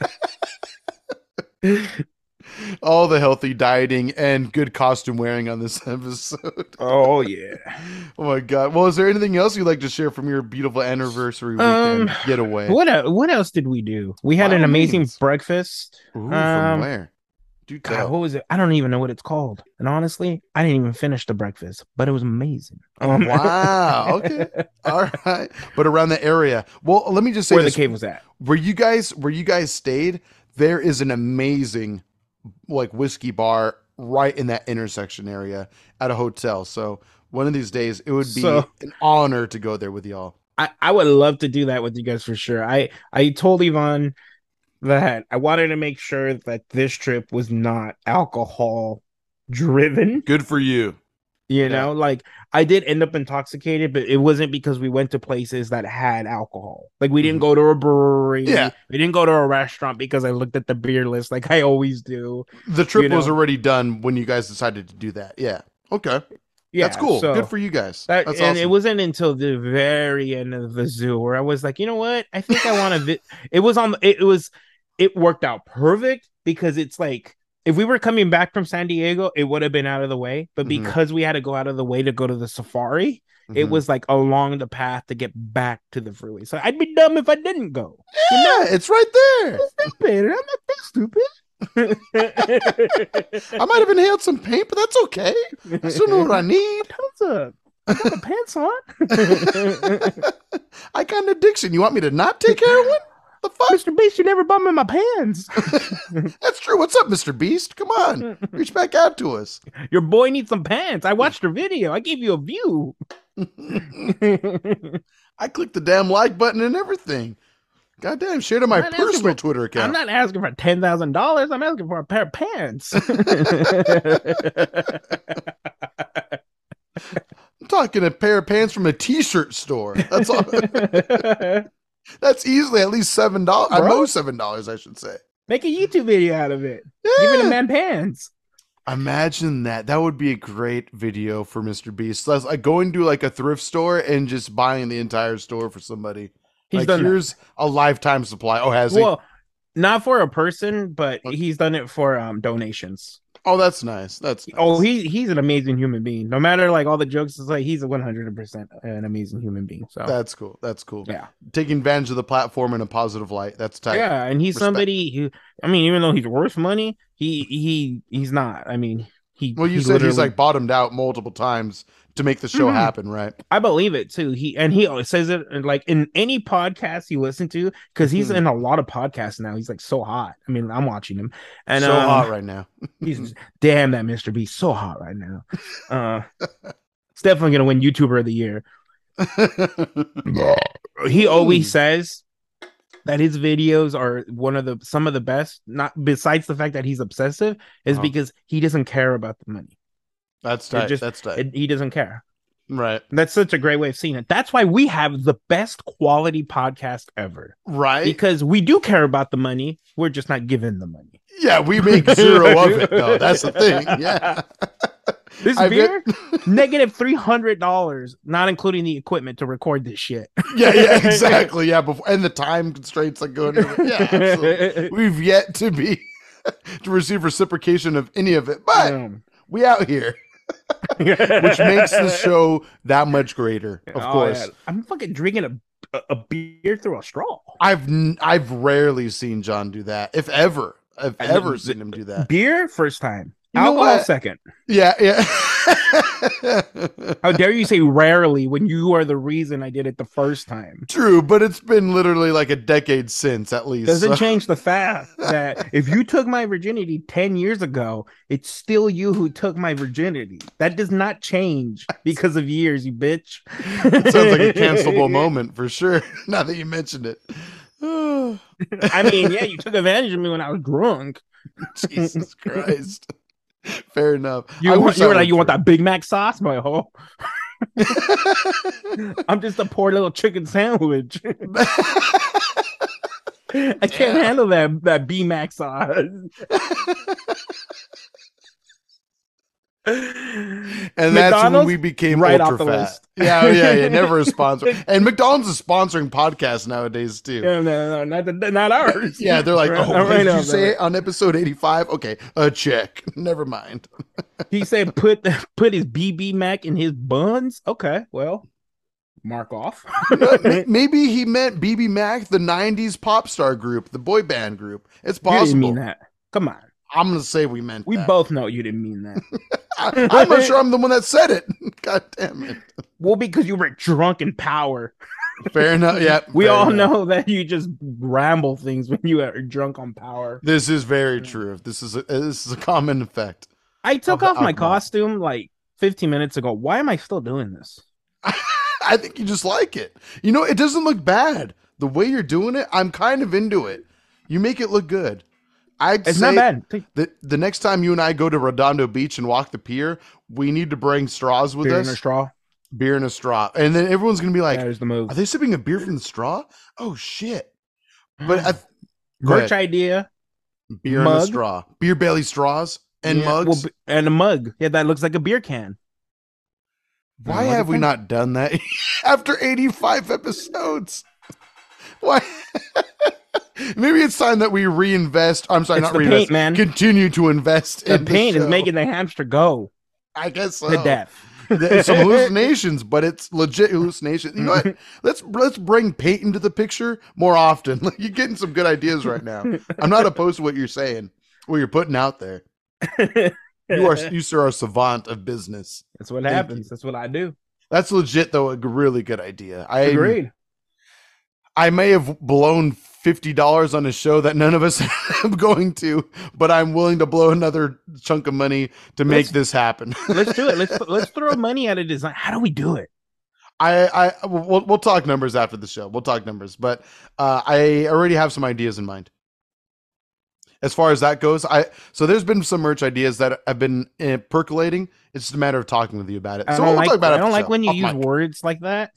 S2: all the healthy dieting and good costume wearing on this [LAUGHS] episode.
S1: Oh yeah.
S2: Oh my god. Well, is there anything else you'd like to share from your beautiful anniversary weekend
S1: Um,
S2: getaway?
S1: What el- what else did we do? We had
S2: By
S1: an
S2: all
S1: amazing
S2: means.
S1: breakfast.
S2: Ooh, from
S1: um,
S2: where? Do
S1: God,
S2: tell.
S1: what was it? I don't even know what it's called. And honestly, I didn't even finish the breakfast, but it was amazing. [LAUGHS] Um,
S2: Wow. Okay. All right. But around the area. Well, let me just say
S1: where the
S2: this.
S1: cave was at.
S2: where you guys where you guys stayed, there is an amazing like whiskey bar right in that intersection area at a hotel. So one of these days it would be
S1: So-
S2: an honor to go there with y'all.
S1: I, I would love to do that with you guys for sure. I I told Yvonne that I wanted to make sure that this trip was not alcohol driven.
S2: Good for you.
S1: You know, like I did end up intoxicated, but it wasn't because we went to places that had alcohol. Like we didn't
S2: Mhm.
S1: go to a brewery.
S2: Yeah.
S1: We didn't go to a restaurant because I looked at the beer list like I always do.
S2: The trip
S1: You know.
S2: was already done when you guys decided to do that. Yeah. Okay.
S1: Yeah,
S2: That's cool.
S1: so-
S2: Good for you guys.
S1: That,
S2: That's
S1: and
S2: awesome.
S1: it wasn't until the very end of the zoo where I was like, you know what? I think I want to. Vi- [LAUGHS] it was on. It was. It worked out perfect because it's like if we were coming back from San Diego, it would have been out of the way. But
S2: Mhm.
S1: because we had to go out of the way to go to the safari, it
S2: Mhm.
S1: was like along the path to get back to the freeway. So I'd be dumb if I didn't go.
S2: Yeah, it's right there.
S1: Stupid. I'm not that [LAUGHS] stupid.
S2: I might have inhaled some paint, but that's okay.
S1: [LAUGHS]
S2: I still know what I need.
S1: What's up? I put the pants on. [LAUGHS]
S2: I got an addiction. You want me to not take heroin? The fuck?
S1: Mr. Beast, you never bum in my pants.
S2: That's true. What's up, Mr. Beast? Come on.
S1: [LAUGHS]
S2: Reach back out to us.
S1: Your boy needs some pants. I watched your video. I gave you a [LAUGHS] view.
S2: I clicked the damn like button and everything. Goddamn, share to my
S1: Not asking
S2: personal
S1: for-
S2: Twitter
S1: I'm
S2: account.
S1: not asking for ten thousand dollars. I'm asking for a pair of [LAUGHS] pants.
S2: I'm talking a pair of pants from a t-shirt store. That's
S1: [LAUGHS]
S2: all. That's easily at least seven dollars. I
S1: Bro.
S2: know seven dollars, I should say.
S1: Make a YouTube video out of it. Giving a
S2: Yeah.
S1: man pants.
S2: Imagine that. That would be a great video for Mr. Beast. That's like going to like a thrift store and just buying the entire store for somebody.
S1: He's
S2: like
S1: done that.
S2: here's a lifetime supply. Oh, has he?
S1: Well, not for a person, but
S2: Okay.
S1: he's done it for um donations.
S2: Oh, that's nice. That's nice.
S1: Oh, he he's an amazing human being. No matter like all the jokes, it's like he's a 100 percent an amazing human being. So
S2: that's cool. That's cool.
S1: Oh. yeah.
S2: Taking advantage of the platform in a positive light. That's tight.
S1: Yeah, and he's
S2: Respect.
S1: somebody who I mean, even though he's worth money, he he he's not. I mean, he
S2: Well, you
S1: he
S2: said he's
S1: literally-
S2: like bottomed out multiple times to make the show
S1: Mhm.
S2: happen, right?
S1: I believe it too. He and he always says it and, like in any podcast you listen to because he's
S2: Mhm.
S1: in a lot of podcasts now. He's like so hot. I mean, I'm watching him and
S2: so
S1: um,
S2: hot right now. [LAUGHS] Mm-hmm.
S1: he's damn that Mr. B so hot right now.
S2: [LAUGHS]
S1: Uh, it's definitely gonna win YouTuber of the year. he always says that his videos are one of the some of the best not besides the fact that he's obsessive is
S2: Uh-huh.
S1: because he doesn't care about the money
S2: that's
S1: It
S2: tight.
S1: just-
S2: that's tight.
S1: it, he doesn't care
S2: right.
S1: that's such a great way of seeing it that's why we have the best quality podcast ever
S2: Right.
S1: because we do care about the money we're just not given the money
S2: yeah, we make zero of it though. That's
S1: [LAUGHS]
S2: the thing. Yeah.
S1: this
S2: I
S1: beer
S2: bet- [LAUGHS]
S1: negative $300 not including the equipment to record this shit
S2: Yeah, yeah, exactly. Yeah, before and the time constraints that go into it. Yeah,
S1: [LAUGHS]
S2: absolutely. [LAUGHS] We've [LAUGHS] yet to be to receive reciprocation of any of it, but
S1: Um,
S2: we out here. [LAUGHS] which makes the
S1: [LAUGHS]
S2: show that much greater. Of
S1: Oh,
S2: course,
S1: yeah. I'm fucking drinking a, a a beer through a straw.
S2: I've n- I've rarely seen John do that, if ever. I've
S1: I
S2: ever
S1: mean,
S2: seen him
S1: [LAUGHS]
S2: do that.
S1: Beer first time.
S2: You know
S1: Alcohol
S2: what?
S1: second.
S2: Yeah, yeah.
S1: How dare you say rarely when you are the reason I did it the first time?
S2: [LAUGHS] True, but it's been literally like a decade since, at least.
S1: Doesn't
S2: so- [LAUGHS]
S1: change the fact that if you took my virginity 10 years ago, it's still you who took my virginity. That does not
S2: [LAUGHS]
S1: change because of years, you bitch.
S2: it
S1: [LAUGHS]
S2: sounds like a cancelable moment for sure. [LAUGHS] Now that you mentioned it,
S1: I mean, yeah, you took advantage of me when I was drunk.
S2: [SIGHS]
S1: [LAUGHS]
S2: Jesus Christ. Fair enough.
S1: You,
S2: I
S1: want,
S2: wish
S1: you
S2: I
S1: were
S2: went
S1: like, you want
S2: through
S1: that Big Mac sauce? My whole,
S2: [LAUGHS] it.
S1: I'm just a poor little chicken sandwich. I can't
S2: Yeah.
S1: handle that that B Mac sauce.
S2: [LAUGHS] and that's when
S1: McDonald's,
S2: we became
S1: right off
S2: ultra
S1: the
S2: fat.
S1: list.
S2: Yeah, oh, yeah, yeah.
S1: [LAUGHS]
S2: Never a sponsor. And McDonald's is sponsoring podcasts nowadays too.
S1: no, no, no, not the, not ours. [LAUGHS]
S2: Yeah, they're like,
S1: Right-
S2: oh,
S1: right
S2: what did
S1: now,
S2: you say
S1: they're
S2: on episode 85? Okay, a check. [LAUGHS]
S1: [LAUGHS]
S2: Never mind.
S1: like- he said put the, put his BB Mac in his buns. Okay, well, mark off.
S2: Uh, may- [LAUGHS] Maybe he meant BB Mac, the 90s pop star group, the boy band group. It's
S1: You didn't
S2: possible. Uh,
S1: mean that. Come on,
S2: I'm going to say we meant
S1: we
S2: that.
S1: both know you didn't mean that.
S2: [LAUGHS] I,
S1: [LAUGHS]
S2: I'm not sure I'm the one that said it. [LAUGHS] God damn it.
S1: Well, because you were drunk in power.
S2: Fair enough. Yeah.
S1: [LAUGHS] We
S2: fair
S1: all
S2: enough.
S1: know that you just ramble things when you are drunk on power.
S2: This is very true. This is a, this is a common effect. [LAUGHS]
S1: I took
S2: Of
S1: off my
S2: alcohol.
S1: costume like 15 minutes ago. Why am I still doing this?
S2: I think you just like it. You know, it doesn't look bad. The way you're doing it, I'm kind of into it. You make it look good. I'd
S1: It's
S2: say
S1: not bad. Take
S2: The, the next time you and I go to Redondo Beach and walk the pier, we need to bring straws with
S1: beer in
S2: us,
S1: a straw.
S2: beer and a straw. And then everyone's going to be like,
S1: that is the move.
S2: are they sipping a beer from the straw? Oh, shit. But I, Go
S1: merch idea
S2: beer and a
S1: Mug?
S2: straw, beer belly straws and
S1: Yeah, well,
S2: mugs.
S1: b- and a mug. Yeah, that looks like a beer can.
S2: Why
S1: Mug
S2: have we
S1: can?
S2: not done that [LAUGHS] after 85 episodes? Why? [LAUGHS] Maybe it's time that we reinvest. I'm sorry,
S1: It's
S2: not
S1: the
S2: reinvest.
S1: paint, man.
S2: Continue to invest
S1: The
S2: in the
S1: paint is
S2: show.
S1: making the hamster go
S2: I guess so.
S1: to death. [LAUGHS]
S2: There's some hallucinations, but it's legit hallucinations. You know what? Let's let's bring paint into the picture more often. [LAUGHS] Like, you're getting some good ideas right now. I'm not opposed to what you're saying, what you're putting out there. You are you sir are savant of business.
S1: That's what
S2: Thank
S1: happens.
S2: you.
S1: That's what I do.
S2: That's legit though. A g- really good idea. I
S1: Agreed.
S2: I may have blown fifty dollars on a show that none of us [LAUGHS] are going to, but I'm willing to blow another chunk of money to make
S1: Let's-
S2: this happen.
S1: let's do it.
S2: [LAUGHS]
S1: Let's let's throw money at a design. How do we do it?
S2: I, I, we'll, we'll talk numbers after the show. We'll talk numbers, but uh, I already have some ideas in mind. As far as that goes, I so there's been some merch ideas that have been uh, percolating. It's just a matter of talking with you about it.
S1: I
S2: so
S1: don't
S2: we'll
S1: like,
S2: talk about it.
S1: I
S2: after
S1: don't
S2: the
S1: like
S2: show,
S1: when you
S2: off
S1: use
S2: mic.
S1: words like that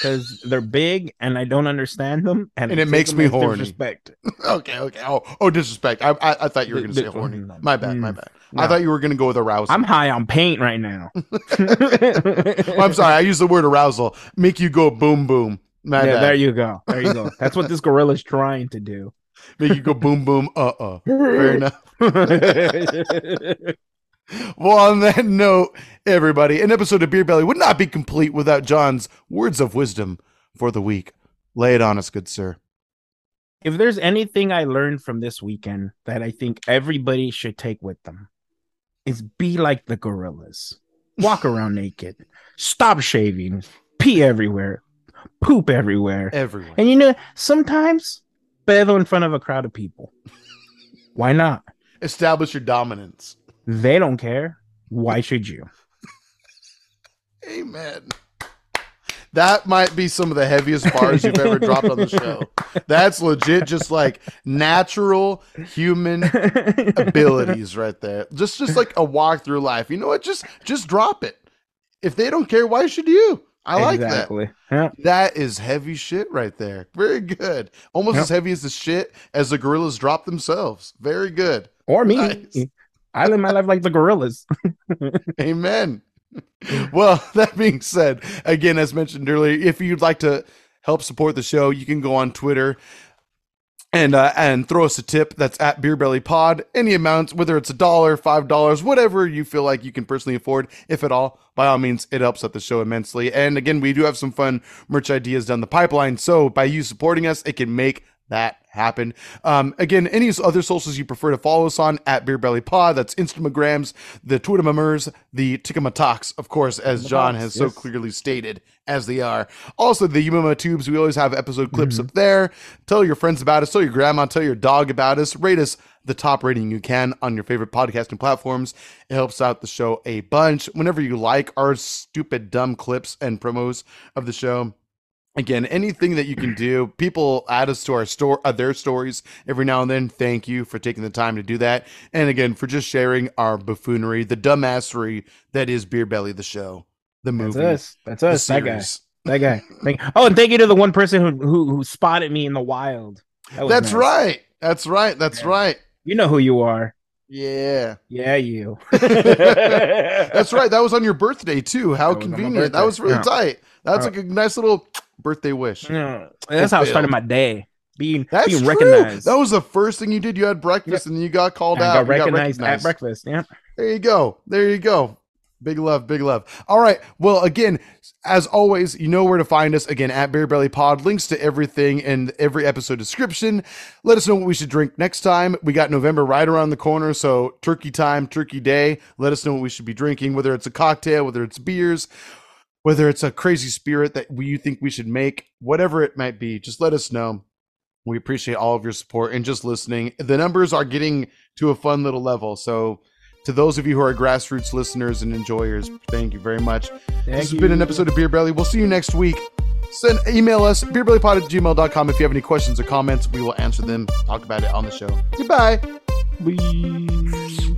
S1: because they're big and I don't understand them, and,
S2: And
S1: I
S2: it
S1: take
S2: makes
S1: them
S2: me
S1: as
S2: horny.
S1: Disrespect.
S2: Okay, okay. Oh, oh, disrespect. I, I, I thought you were
S1: Th-
S2: going to say
S1: th-
S2: horny.
S1: mm,
S2: My bad, my
S1: mm,
S2: bad. I
S1: no.
S2: thought you were going to go with arousal.
S1: I'm high on paint right
S2: [LAUGHS]
S1: now.
S2: Well, I'm sorry. I used the word arousal. Make you go boom boom. My
S1: yeah,
S2: bad.
S1: there you go. There you go. That's what this gorilla's trying to do.
S2: Make you go boom boom. Uh uh.
S1: [LAUGHS]
S2: Fair enough. [LAUGHS]
S1: That's
S2: Well, on that [LAUGHS] note, everybody, an episode of Beer Belly would not be complete without John's words of wisdom for the week. Lay it on us, good sir.
S1: if there's anything I learned from this weekend that I think everybody should take with them, is be like the gorillas.
S2: [LAUGHS]
S1: Walk around naked. Stop shaving. Pee everywhere. Poop everywhere.
S2: Everyone.
S1: And you know, sometimes bevel in front of a crowd of people. Why not?
S2: Establish your dominance.
S1: They don't care. Why should you?
S2: Amen. That might be some of the heaviest bars you've ever dropped on the show. That's legit, just like natural human
S1: [LAUGHS]
S2: abilities right there. Just just like a walk through life. You know what? Just just drop it. If they don't care, why should you? I like that.
S1: exactly. Yeah.
S2: That is heavy shit right there. Very good. Almost
S1: Yep.
S2: as heavy as the shit as the gorillas drop themselves. Very good.
S1: Or me.
S2: Nice.
S1: I live my life like the gorillas.
S2: Amen. [LAUGHS] well, [LAUGHS] that being said, again, as mentioned earlier, if you'd like to help support the show, you can go on Twitter and uh, and throw us a tip that's at beer belly pod any amounts whether it's a dollar five dollars whatever you feel like you can personally afford if at all by all means it helps out the show immensely and again we do have some fun merch ideas down the pipeline so by you supporting us it can make that happen. Um, again, any other socials you prefer to follow us on at Beer Belly Pod, that's Instagrams, the Twitter memers, the Tickama Talks, of course, as
S1: Tickama
S2: John
S1: Talks,
S2: has so
S1: yes.
S2: clearly stated as they are. Also, the Umama Tubes, we always have episode clips
S1: Mm-hmm.
S2: up there. Tell your friends about us, tell your grandma, tell your dog about us, rate us the top rating you can on your favorite podcasting platforms. It helps out the show a bunch. Whenever you like our stupid, dumb clips and promos of the show, again anything that you can do people add us to our store uh, their stories every now and then thank you for taking the time to do that and again for just sharing our buffoonery the dumbassery that is beer belly the show the
S1: That's
S2: movie
S1: us. That's
S2: the
S1: us. That guy.
S2: series.
S1: That guy. Thank- oh, and thank you to the one person who who, who spotted me in the wild. That was
S2: that's
S1: nice.
S2: right that's right that's
S1: Yeah.
S2: right
S1: You know who you are.
S2: yeah
S1: Yeah,
S2: [LAUGHS]
S1: you. [LAUGHS]
S2: that's right that was on your birthday too how
S1: That was on my
S2: convenient that
S1: birthday.
S2: was really
S1: Yeah.
S2: tight that's
S1: Uh,
S2: like a nice little birthday wish
S1: Yeah, that's how I started my day. Being
S2: that's
S1: being
S2: true.
S1: recognized.
S2: That was the first thing you did. You had breakfast and you got
S1: I
S2: called out.
S1: got
S2: You got
S1: recognized, at breakfast. Yeah.
S2: There you go. There you go. Big love, big love. All right. Well, again, as always, you know where to find us. Again, at Beer Belly Pod. Links to everything in every episode description. Let us know what we should drink next time. We got November right around the corner, so turkey time, turkey day. Let us know what we should be drinking, whether it's a cocktail, whether it's beers, whether it's a crazy spirit that we, you think we should make, whatever it might be. Just let us know. We appreciate all of your support and just listening. The numbers are getting to a fun little level, so to those of you who are grassroots listeners and enjoyers, thank you very much.
S1: Thank
S2: this has been an
S1: you.
S2: episode of Beer Belly. We'll see you next week. Send email us beerbellypod at gmail.com if you have any questions or comments. We will answer them, talk about it on the show. Goodbye.
S1: Bye.